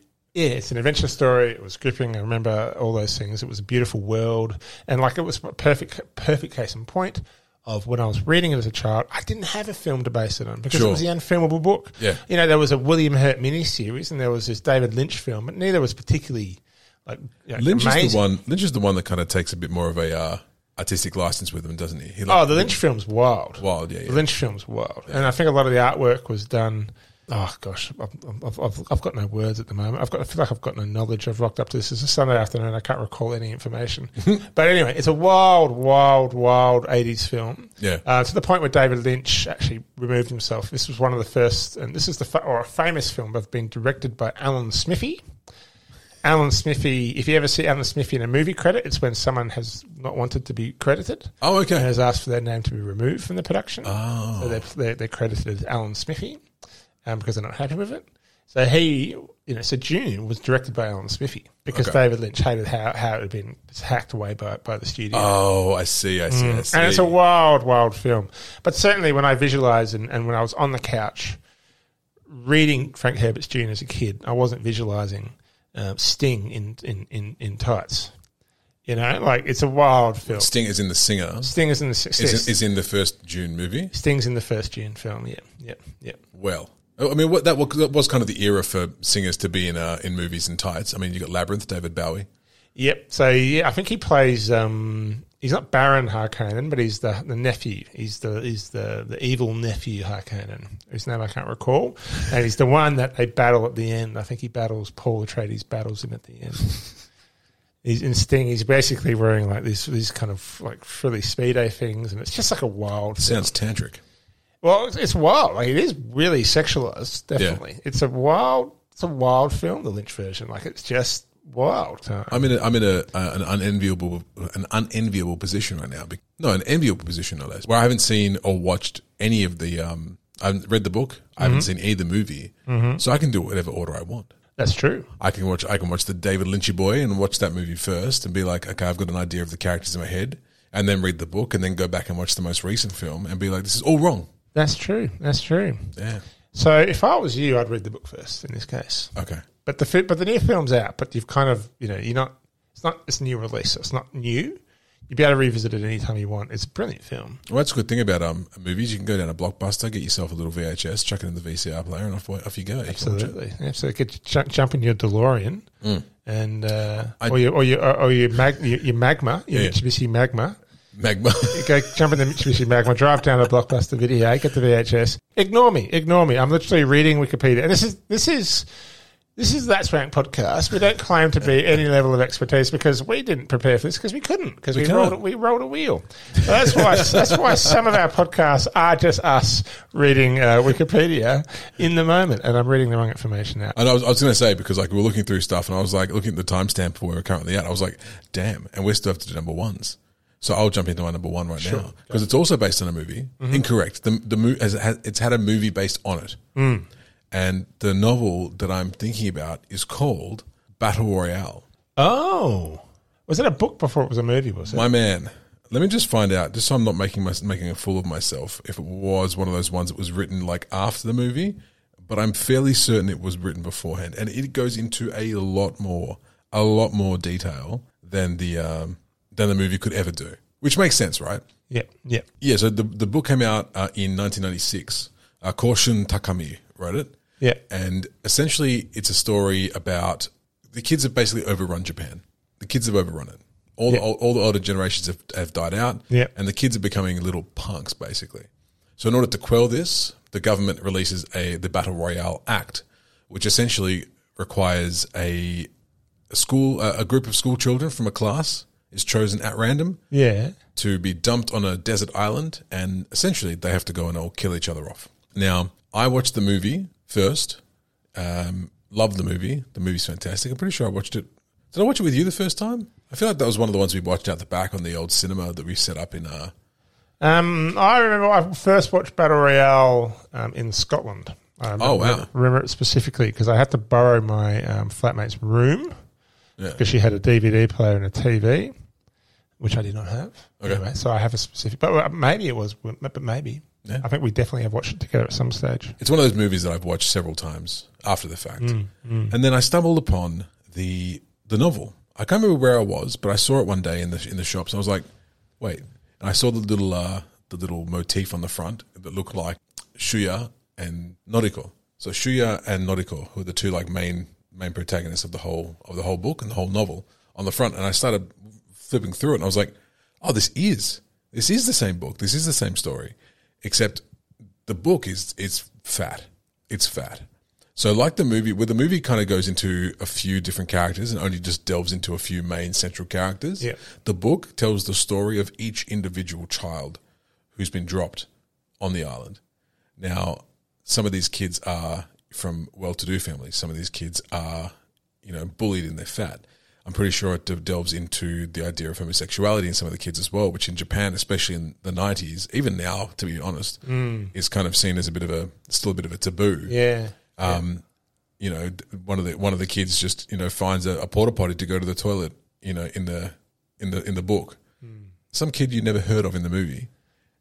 it's an adventure story. It was gripping. I remember all those things. It was a beautiful world, and like it was a perfect, perfect case in point of when I was reading it as a child. I didn't have a film to base it on because it Sure. was the unfilmable book. Yeah. you know, there was a William Hurt miniseries, and there was this David Lynch film, but neither was particularly like you know, Lynch amazing. is the one. Lynch is the one that kind of takes a bit more of a uh, artistic license with him, doesn't he? He Oh, like, the Lynch film's wild. wild, yeah, yeah. The Oh. Lynch film's wild, and I think a lot of the artwork was done. Oh gosh, I've, I've, I've, I've got no words at the moment. I've got, I feel like I've got no knowledge. I've rocked up to this. It's a Sunday afternoon. I can't recall any information. but anyway, it's a wild, wild, wild '80s film. Yeah. Uh, to the point where David Lynch actually removed himself. This was one of the first, and this is the fa- or a famous film that's been directed by Alan Smithy. Alan Smithy. If you ever see Alan Smithy in a movie credit, it's when someone has not wanted to be credited Oh, and okay. has asked for their name to be removed from the Oh. production. So they're, they're, they're credited as Alan Smithy um, because they're not happy with it. So he, you know, so June was directed by Alan Smithy because Okay. David Lynch hated how, how it had been hacked away by, by the studio. Oh, I see. I see. I see. Mm. and it's a wild, wild film. But certainly when I visualized and, and when I was on the couch reading Frank Herbert's Dune as a kid, I wasn't visualizing um, Sting in, in, in, in tights. You know, like it's a wild film. Sting is in the singer. Sting is in the sixties. Is in, is in the first June movie. Sting's in the first June film. Yeah, yeah, yeah. Well, oh, I mean, what that was, that was kind of the era for singers to be in uh, in movies and tights. I mean, you got Labyrinth, David Bowie. Yep. So yeah, I think he plays. Um, he's not Baron Harkonnen, but he's the, the nephew. He's the he's the, the evil nephew Harkonnen, whose name I can't recall. And he's the one that they battle at the end. I think he battles Paul Atreides battles him at the end. He's in Sting. He's basically wearing like these these kind of like frilly speedo things, and it's just like a wild. Sounds tantric. Well, it's, it's wild. Like it is really sexualized. Definitely, it's a wild. It's a wild film. The Lynch version, like it's just wild. Uh, I'm in a, I'm in a, uh, an unenviable an unenviable position right now. Be- No, an enviable position, no less. Where I haven't seen or watched any of the. Um, I haven't read the book. I haven't seen either movie, so I can do it whatever order I want. That's true. I can watch I can watch the David Lynchy boy and watch that movie first and be like, okay, I've got an idea of the characters in my head, and then read the book and then go back and watch the most recent film and be like, this is all wrong. That's true. That's true. Yeah. So if I was you, I'd read the book first in this case. Okay. But the fi- but the new film's out. But you've kind of you know you're not. It's not. It's a new release. so It's not new. You'd be able to revisit it anytime you want. It's a brilliant film. Well, that's a good thing about um movies. You can go down to Blockbuster, get yourself a little VHS, chuck it in the VCR player, and off, off you go. You can watch it. Absolutely. Absolutely. Get, jump, jump in your DeLorean and uh, Mm. I- or your or your or your, mag, your, your magma, your Yeah. Mitsubishi magma. Magma. go jump in the Mitsubishi Magma, drive down to Blockbuster Video, get the VHS. Ignore me, ignore me. I'm literally reading Wikipedia, and this is this is this is that's rank podcast. We don't claim to be any level of expertise because we didn't prepare for this because we couldn't because we, can't. rolled we rolled a wheel. So that's why that's why some of our podcasts are just us reading uh, Wikipedia in the moment, and I'm reading the wrong information out. And I was, I was going to say because like we were looking through stuff, and I was like looking at the timestamp where we're currently at. I was like, damn, and we still have to do number ones. So I'll jump into my number one right now. 'Cause now because it's also based on a movie. Incorrect. The the mo- has, has, it's had a movie based on it, and the novel that I'm thinking about is called Battle Royale. Oh, was it a book before it was a movie? Was it? My man, let me just find out, just so I'm not making my, making a fool of myself. If it was one of those ones that was written like after the movie, but I'm fairly certain it was written beforehand, and it goes into a lot more, a lot more detail than the um, than the movie could ever do, which makes sense, right? Yep, yep. Yeah. So the the book came out uh, in 1996. Uh, Koshun Takami wrote it. Yeah. And essentially, it's a story about the kids have basically overrun Japan. The kids have overrun it. All, the, all, all the older generations have, have died out, Yeah. and the kids are becoming little punks, basically. So, in order to quell this, the government releases a the Battle Royale Act, which essentially requires a, a school, a, a group of school children from a class is chosen at random Yeah. to be dumped on a desert island, and essentially they have to go and all kill each other off. Now, I watched the movie first. Um, loved the movie. The movie's fantastic. I'm pretty sure I watched it. Did I watch it with you the first time? I feel like that was one of the ones we watched out the back on the old cinema that we set up in. Uh, Um, I remember I first watched Battle Royale um, in Scotland. I remember, Oh, wow. Remember it specifically because I had to borrow my um, flatmate's room Yeah. because she had a DVD player and a TV, which I did not have. Okay. uh, Anyway, so I have a specific, but maybe it was, but maybe Yeah. I think we definitely have watched it together at some stage. It's one of those movies that I've watched several times after the fact. And then I stumbled upon the the novel. I can't remember where I was, but I saw it one day in the in the shops. I was like, "Wait!" And I saw the little uh, the little motif on the front that looked like Shuya and Noriko. So Shuya and Noriko, who are the two like main main protagonists of the whole of the whole book and the whole novel, on the front. And I started flipping through it, and I was like, "Oh, this is this is the same book. This is the same story, except the book is it's fat. It's fat. So like the movie, where the movie kind of goes into a few different characters and only just delves into a few main central characters. Yeah. The book tells the story of each individual child who's been dropped on the island. Now, some of these kids are from well-to-do families. Some of these kids are, you know, bullied in their fat. I'm pretty sure it de- delves into the idea of homosexuality in some of the kids as well, which in Japan, especially in the 90s, even now, to be honest, is kind of seen as a bit of a still a bit of a taboo Yeah. Um, you know, one of the one of the kids just you know finds a, a porta potty to go to the toilet, you know, in the in the in the book. Some kid you never heard of in the movie,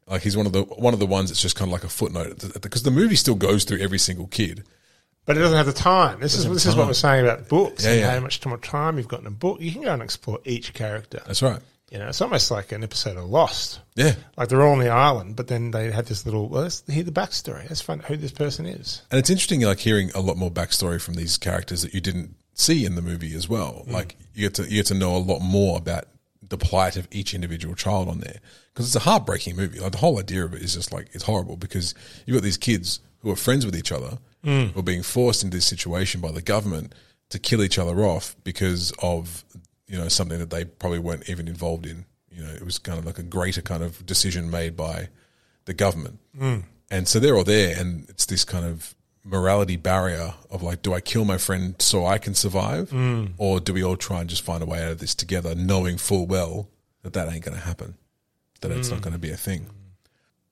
like he's one of the one of the ones that's just kind of like a footnote because the movie still goes through every single kid. But it doesn't have the time. This is this is what we're saying about books Yeah, and yeah. how much more time you've got in a book. You can go and explore each character. That's right. You know, it's almost like an episode of Lost. Yeah, Like they're all on the island, but then they have this little. Well, let's hear the backstory. Let's find out who this person is. and it's interesting like hearing a lot more backstory from these characters that you didn't see in the movie as well. Like you get to you get to know a lot more about the plight of each individual child on there because it's a heartbreaking movie. Like the whole idea of it is just like it's horrible because you've got these kids who are friends with each other who are being forced into this situation by the government to kill each other off because of you know something that they probably weren't even involved in. You know, it was kind of like a greater kind of decision made by the government. And so they're all there, and it's this kind of morality barrier of like, do I kill my friend so I can survive, or do we all try and just find a way out of this together, knowing full well that that ain't going to happen, that it's not going to be a thing.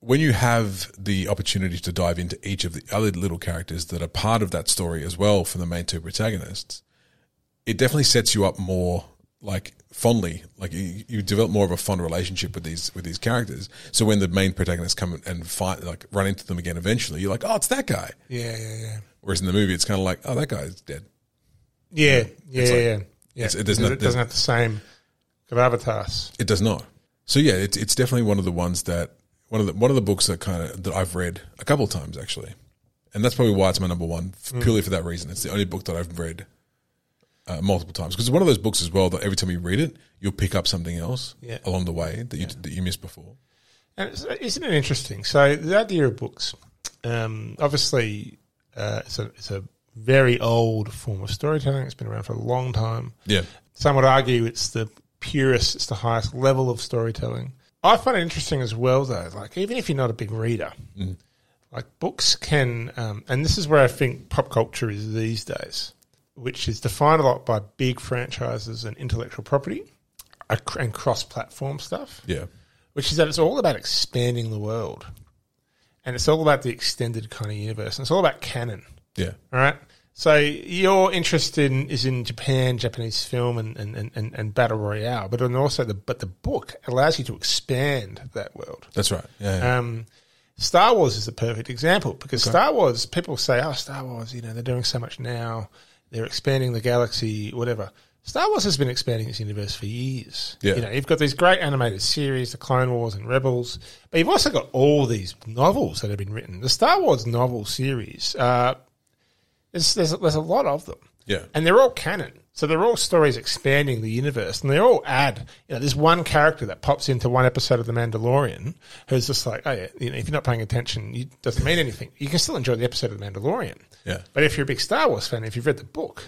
When you have the opportunity to dive into each of the other little characters that are part of that story as well for the main two protagonists, it definitely sets you up more like fondly like you, you develop more of a fond relationship with these with these characters so when the main protagonists come and fight like run into them again eventually you're like oh it's that guy Yeah, yeah, yeah, whereas in the movie it's kind of like oh that guy's dead yeah, yeah, yeah. yeah. it's- it it, doesn't- doesn't, have the same gravitas. It does not. So yeah, it's it's definitely one of the ones that one of the one of the books that kind of that I've read a couple of times actually, and that's probably why it's my number one Hmm. f- purely for that reason. It's the only book that I've read uh, multiple times because it's one of those books as well that every time you read it, you'll pick up something else Yeah. along the way that you that you missed before. And it's, isn't it interesting? So the idea of books, um, obviously, uh, it's a it's a very old form of storytelling. It's been around for a long time. Yeah, Some would argue it's the purest, it's the highest level of storytelling. I find it interesting as well, though. Like, even if you're not a big reader, like books can, um, and this is where I think pop culture is these days, which is defined a lot by big franchises and intellectual property uh, cr- and cross platform stuff, yeah, which is that it's all about expanding the world. And it's all about the extended kind of universe. And it's all about canon. yeah, All right. So your interest in is in Japan, Japanese film, and and, and- and, and battle royale, but and also the but the book allows you to expand that world. that's right. Yeah, yeah. Um, Star Wars is a perfect example because Star Wars people say, "Oh, Star Wars, you know, they're doing so much now, they're expanding the galaxy, whatever." Star Wars has been expanding its universe for years. Yeah. You know, you've got these great animated series, the Clone Wars and Rebels, but you've also got all these novels that have been written. The Star Wars novel series, uh, there's, there's there's a lot of them yeah. and they're all canon. So they're all stories expanding the universe, and they all add. You know, there's one character that pops into one episode of The Mandalorian who's just like, oh yeah, you know, if you're not paying attention, it doesn't mean anything. You can still enjoy the episode of The Mandalorian. Yeah. But if you're a big Star Wars fan, if you've read the book,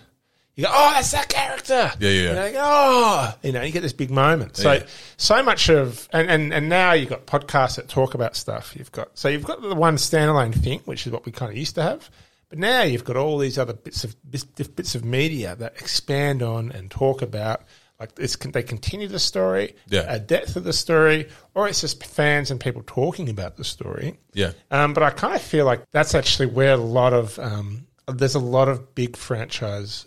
you go, oh, that's that character. Yeah, yeah, yeah. You know, like, oh, you know, you get this big moment. So, Yeah. so much of, and, and, and now you've got podcasts that talk about stuff. You've got, so you've got the one standalone thing, which is what we kind of used to have. But now you've got all these other bits of bits, bits of media that expand on and talk about, like it's, they continue the story, Yeah. a depth of the story, or it's just fans and people talking about the story. Yeah. Um, but I kind of feel like that's actually where a lot of um, there's a lot of big franchise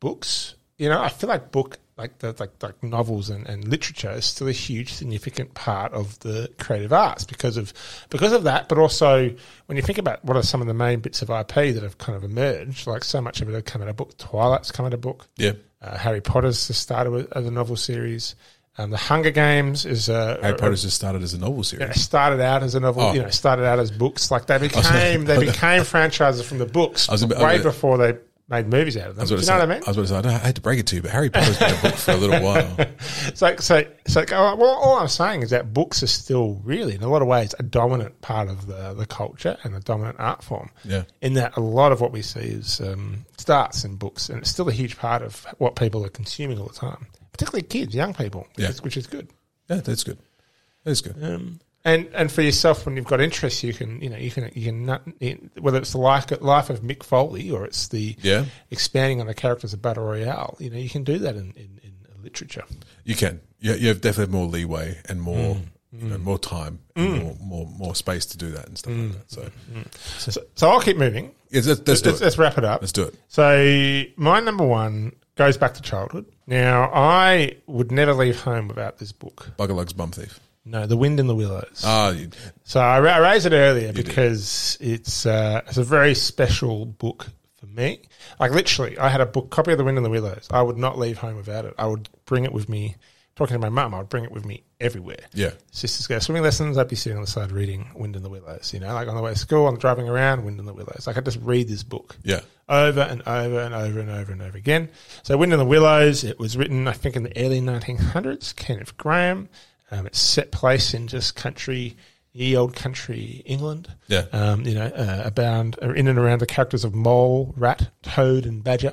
books. You know, I feel like book like the, like like novels and, and literature is still a huge significant part of the creative arts because of because of that, but also when you think about what are some of the main bits of IP that have kind of emerged, like so much of it had come out of book. Twilight's come out of book. Yeah. Uh, Harry Potter's has started with, as a novel series. Um, the Hunger Games is uh, Harry Potter's just started as a novel series. you know, started out as a novel. Oh. You know, started out as books. Like they became they became franchises from the books was a bit- I way was- before they made movies out of them. I Do you was know about to what I mean? say- I was about to say, I hate to break it to you, but Harry Potter's been a book for a little while. So, so, so oh, well, all I'm saying is that books are still really, in a lot of ways, a dominant part of the, the culture and a dominant art form. Yeah. In that a lot of what we see is um, starts in books, and it's still a huge part of what people are consuming all the time, particularly kids, young people, which, Yeah. is, which is good. Yeah, that's good. That's good. Um, and and for yourself, when you've got interests, you can you know you can you can nut, whether it's the life, life of Mick Foley or it's the Yeah. expanding on the characters of Battle Royale, you know you can do that in, in, in literature. You can. You, you have definitely more leeway and more, Mm. you know, more time, and more, more more space to do that and stuff Mm. like that. So So, so I'll keep moving. yeah, let's, let's do Let's, it. let's wrap it up. Let's do it. So my number one goes back to childhood. Now I would never leave home without this book. Buggerlug's Bum Thief. No, The Wind in the Willows. Ah, you- so I, ra- I raised it earlier because it's uh, it's a very special book for me. Like literally, I had a book copy of The Wind in the Willows. I would not leave home without it. I would bring it with me. Talking to my mum, I would bring it with me everywhere yeah. sisters go swimming lessons, I'd be sitting on the side reading Wind in the Willows, you know, like on the way to school, I'm driving around, Wind in the Willows. Like I just read this book. Yeah. Over and over and over and over and over again. So Wind in the Willows, it was written, I think, in the early 1900s, Kenneth Graham. Um, it's set place in just country, ye old country England. Yeah. Um, you know, uh, abound or in and around the characters of mole, rat, toad, and badger.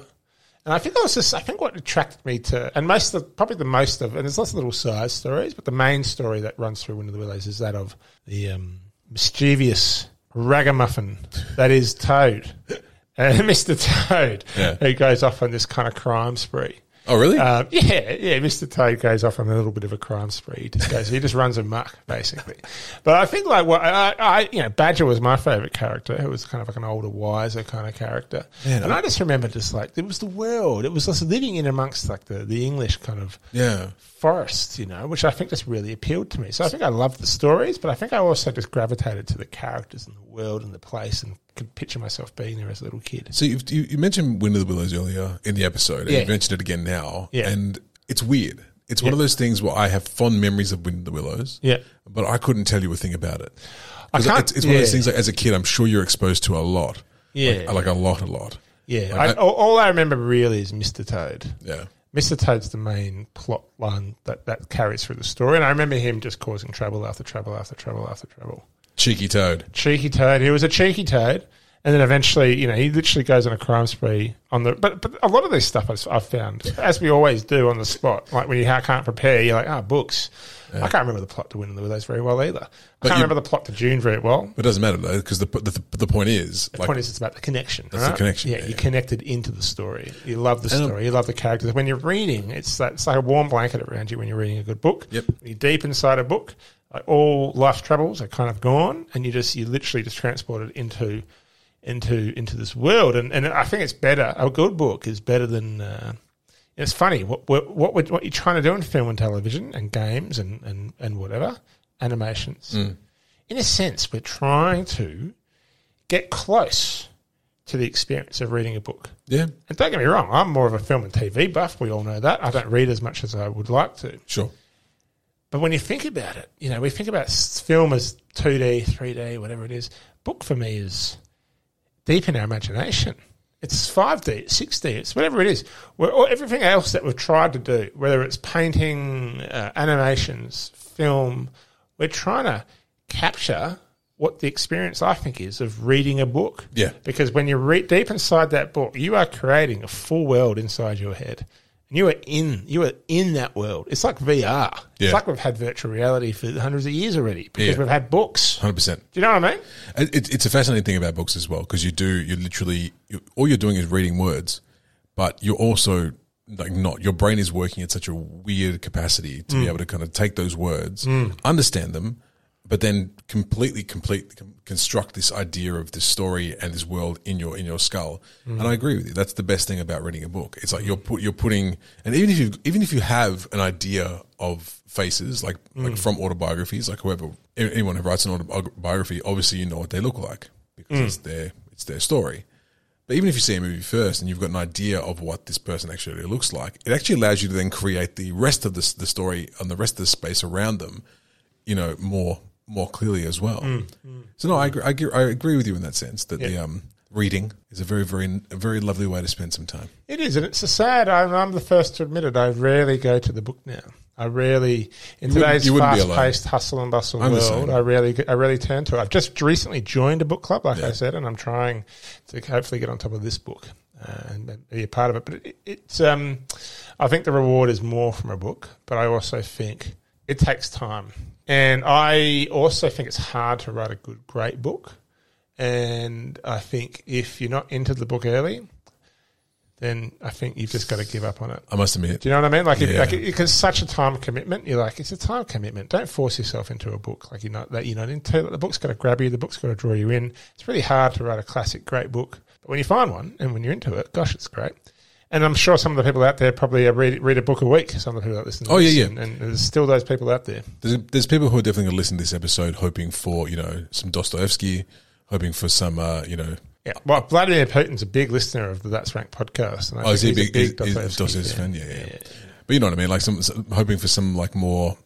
And I think that was just, I think what attracted me to, and most of, probably the most of, and there's lots of little side stories, but the main story that runs through Wind of the Willows is that of the um, mischievous ragamuffin that is Toad, uh, Mr. Toad, Yeah. who goes off on this kind of crime spree. Oh, really? Um, yeah, yeah. Mr. Toad goes off on a little bit of a crime spree. He just goes, he just runs amok, basically. But I think like what I, I, you know, Badger was my favorite character. Who was kind of like an older, wiser kind of character. Man, and I- I just remember just like it was the world. It was us living in amongst like the the English kind of yeah. forest, you know, which I think just really appealed to me. So I think I loved the stories, but I think I also just gravitated to the characters and the world and the place, and could picture myself being there as a little kid. So you've, you, you mentioned Wind of the Willows earlier in the episode, and Yeah. you've mentioned it again now. Yeah. And it's weird. It's one of those things where I have fond memories of Wind of the Willows. Yeah. But I couldn't tell you a thing about it. I 'Cause can't- It's, it's one of those yeah. things like as a kid, I'm sure you're exposed to a lot. Yeah. Like, like a lot, a lot. Yeah, Like I, I- all, all I remember really is Mr. Toad. Yeah. Mr. Toad's the main plot line that, that carries through the story, and I remember him just causing trouble after trouble after trouble after trouble. Cheeky Toad. Cheeky Toad, he was a cheeky Toad, and then eventually, you know, he literally goes on a crime spree on the. But but a lot of this stuff I've, I've found, as we always do on the spot, like when you ha- can't prepare, you're like, ah, books. I can't remember the plot to Win in the Willows very well either. I can't you- remember the plot to June very well. But it doesn't matter though, because the, the, the, the point is, like, point is it's about the connection. That's the connection, Yeah, yeah, you're yeah. connected into the story. You love the And, um, story. You love the characters. When you're reading, it's like, it's like a warm blanket around you when you're reading a good book. Yep. You're deep inside a book. Like all life's troubles are kind of gone, and you just you literally just transported into into into this world. And and I think it's better. A good book is better than. Uh, it's funny what what what, would- what you're trying to do in film and television and games and and and whatever animations. Mm. In a sense, we're trying to get close to the experience of reading a book. yeah, And don't get me wrong, I'm more of a film and TV buff. We all know that. I don't read as much as I would like to. sure. But when you think about it, you know, we think about s- film as 2D, 3D, whatever it is. Book for me is deep in our imagination. It's 5D, it's 6D, it's whatever it is. We're, or everything else that we've tried to do, whether it's painting, uh, animations, film, we're trying to capture what the experience I think is of reading a book. Yeah. Because when you read deep inside that book, you are creating a full world inside your head. And you are in you are in that world. It's like VR. Yeah. It's like we've had virtual reality for hundreds of years already because Yeah. we've had books. 100%. Do you know what I mean? It, it- it's a fascinating thing about books as well because you do you literally you, all you're doing is reading words, but you're also like not your brain is working at such a weird capacity to be able to kind of take those words, understand them, but then completely, completely com- construct this idea of this story and this world in your in your skull. And I agree with you. That's the best thing about reading a book. It's like you're put, you're putting, and even if you even if you have an idea of faces, like like from autobiographies, like whoever a- anyone who writes an autobiography, obviously you know what they look like because it's their it's their story. But even if you see a movie first and you've got an idea of what this person actually looks like, it actually allows you to then create the rest of this, the story and the rest of the space around them, you know, more more clearly as well. So no, I agree, I agree. I agree with you in that sense that the um, reading is a very very a very lovely way to spend some time. It is, and it's a sad. I'm, I'm the first to admit it. I rarely go to the book now. I rarely, in wouldn't- today's you wouldn't be alone. fast-paced hustle and bustle I'm the world, same. I rarely, I rarely turn to it. I've just recently joined a book club, like I said, and I'm trying to hopefully get on top of this book uh, and be a part of it. But it, it's, um, I think the reward is more from a book, but I also think it takes time, and I also think it's hard to write a good, great book. And I think if you're not into the book early, then I think you've just got to give up on it. I must admit, Do you know what I mean? Like, if, Yeah. like it, it's such a time commitment. You're like, it's a time commitment. Don't force yourself into a book like you're not that you're not into. The book's got to grab you. The book's got to draw you in. It's really hard to write a classic great book, but when you find one and when you're into it, gosh, it's great. And I'm sure some of the people out there probably uh, read read a book a week. Some of the people that listen. To Oh, yeah, this, yeah. And, and there's still those people out there. there's, there's people who are definitely going to listen to this episode hoping for you know some Dostoevsky, hoping for some uh, you know. Yeah. Well, Vladimir Putin's a big listener of the That's Ranked podcast. And I Oh, is he a think big, he's is, is Dostoevsky Dostoevsky fan. fan? Yeah, yeah, yeah. But you know what I mean? Like some, some hoping for some like more,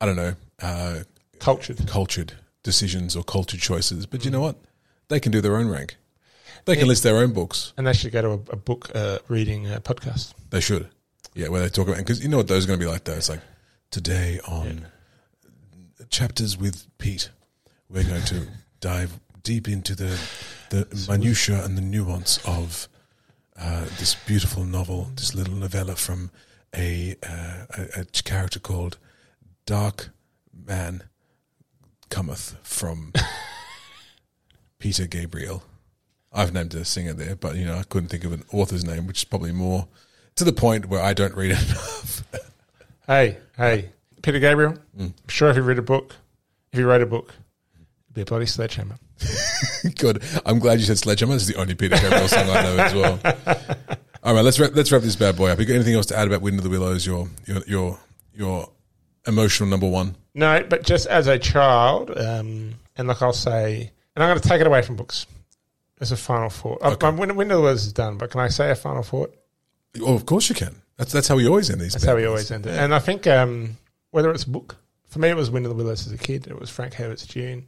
I don't know, uh, Cultured. cultured decisions or cultured choices. But you know what? They can do their own rank. They can list their own books. and they should go to a, a book uh, reading uh, podcast. They should. Yeah, where they talk about because you know what those are going to be like though. It's like today on chapters with Pete, we're going to dive deep into the the minutia and the nuance of uh, this beautiful novel, this little novella from a, uh, a a character called Dark Man Cometh from Peter Gabriel. I've named a singer there, but you know I couldn't think of an author's name, which is probably more to the point where I don't read Oh, enough. Hey, hey, Peter Gabriel. I'm sure if you read a book, if you wrote a book, it'd be a bloody sledgehammer. Good. I'm glad you said Sledgehammer. This is the only Peter Gabriel song I know as well. All right, let's wrap, let's wrap this bad boy up. You got anything else to add about Wind of the Willows? Your your your your emotional number one. No, but just as a child, um, and look, I'll say, and I'm going to take it away from books as a final thought. Okay. My win- window was done, but can I say a final thought? Oh, of course you can. That's that's how we always end these. That's how we always end it. And I think um, whether it's a book, for me, it was Wind of the Willows as a kid. It was Frank Herbert's Dune.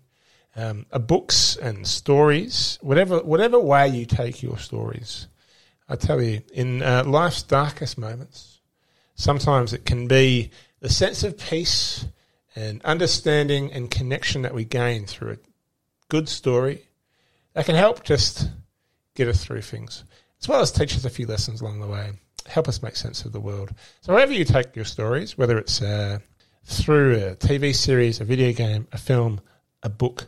Um, uh, books and stories, whatever whatever way you take your stories, I tell you, in uh, life's darkest moments, sometimes it can be the sense of peace and understanding and connection that we gain through a good story that can help just get us through things, as well as teach us a few lessons along the way, help us make sense of the world. So, wherever you take your stories, whether it's uh, through a TV series, a video game, a film, a book,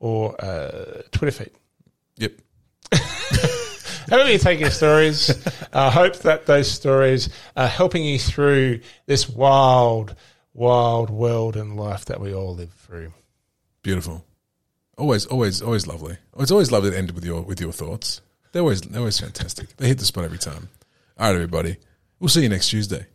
or a Twitter feed, Yep. however you take your stories, I hope that those stories are helping you through this wild, wild world and life that we all live through. Beautiful. Always, always, always lovely. It's always lovely to end with your with your thoughts. They're always they're always fantastic. They hit the spot every time. All right, everybody. We'll see you next Tuesday.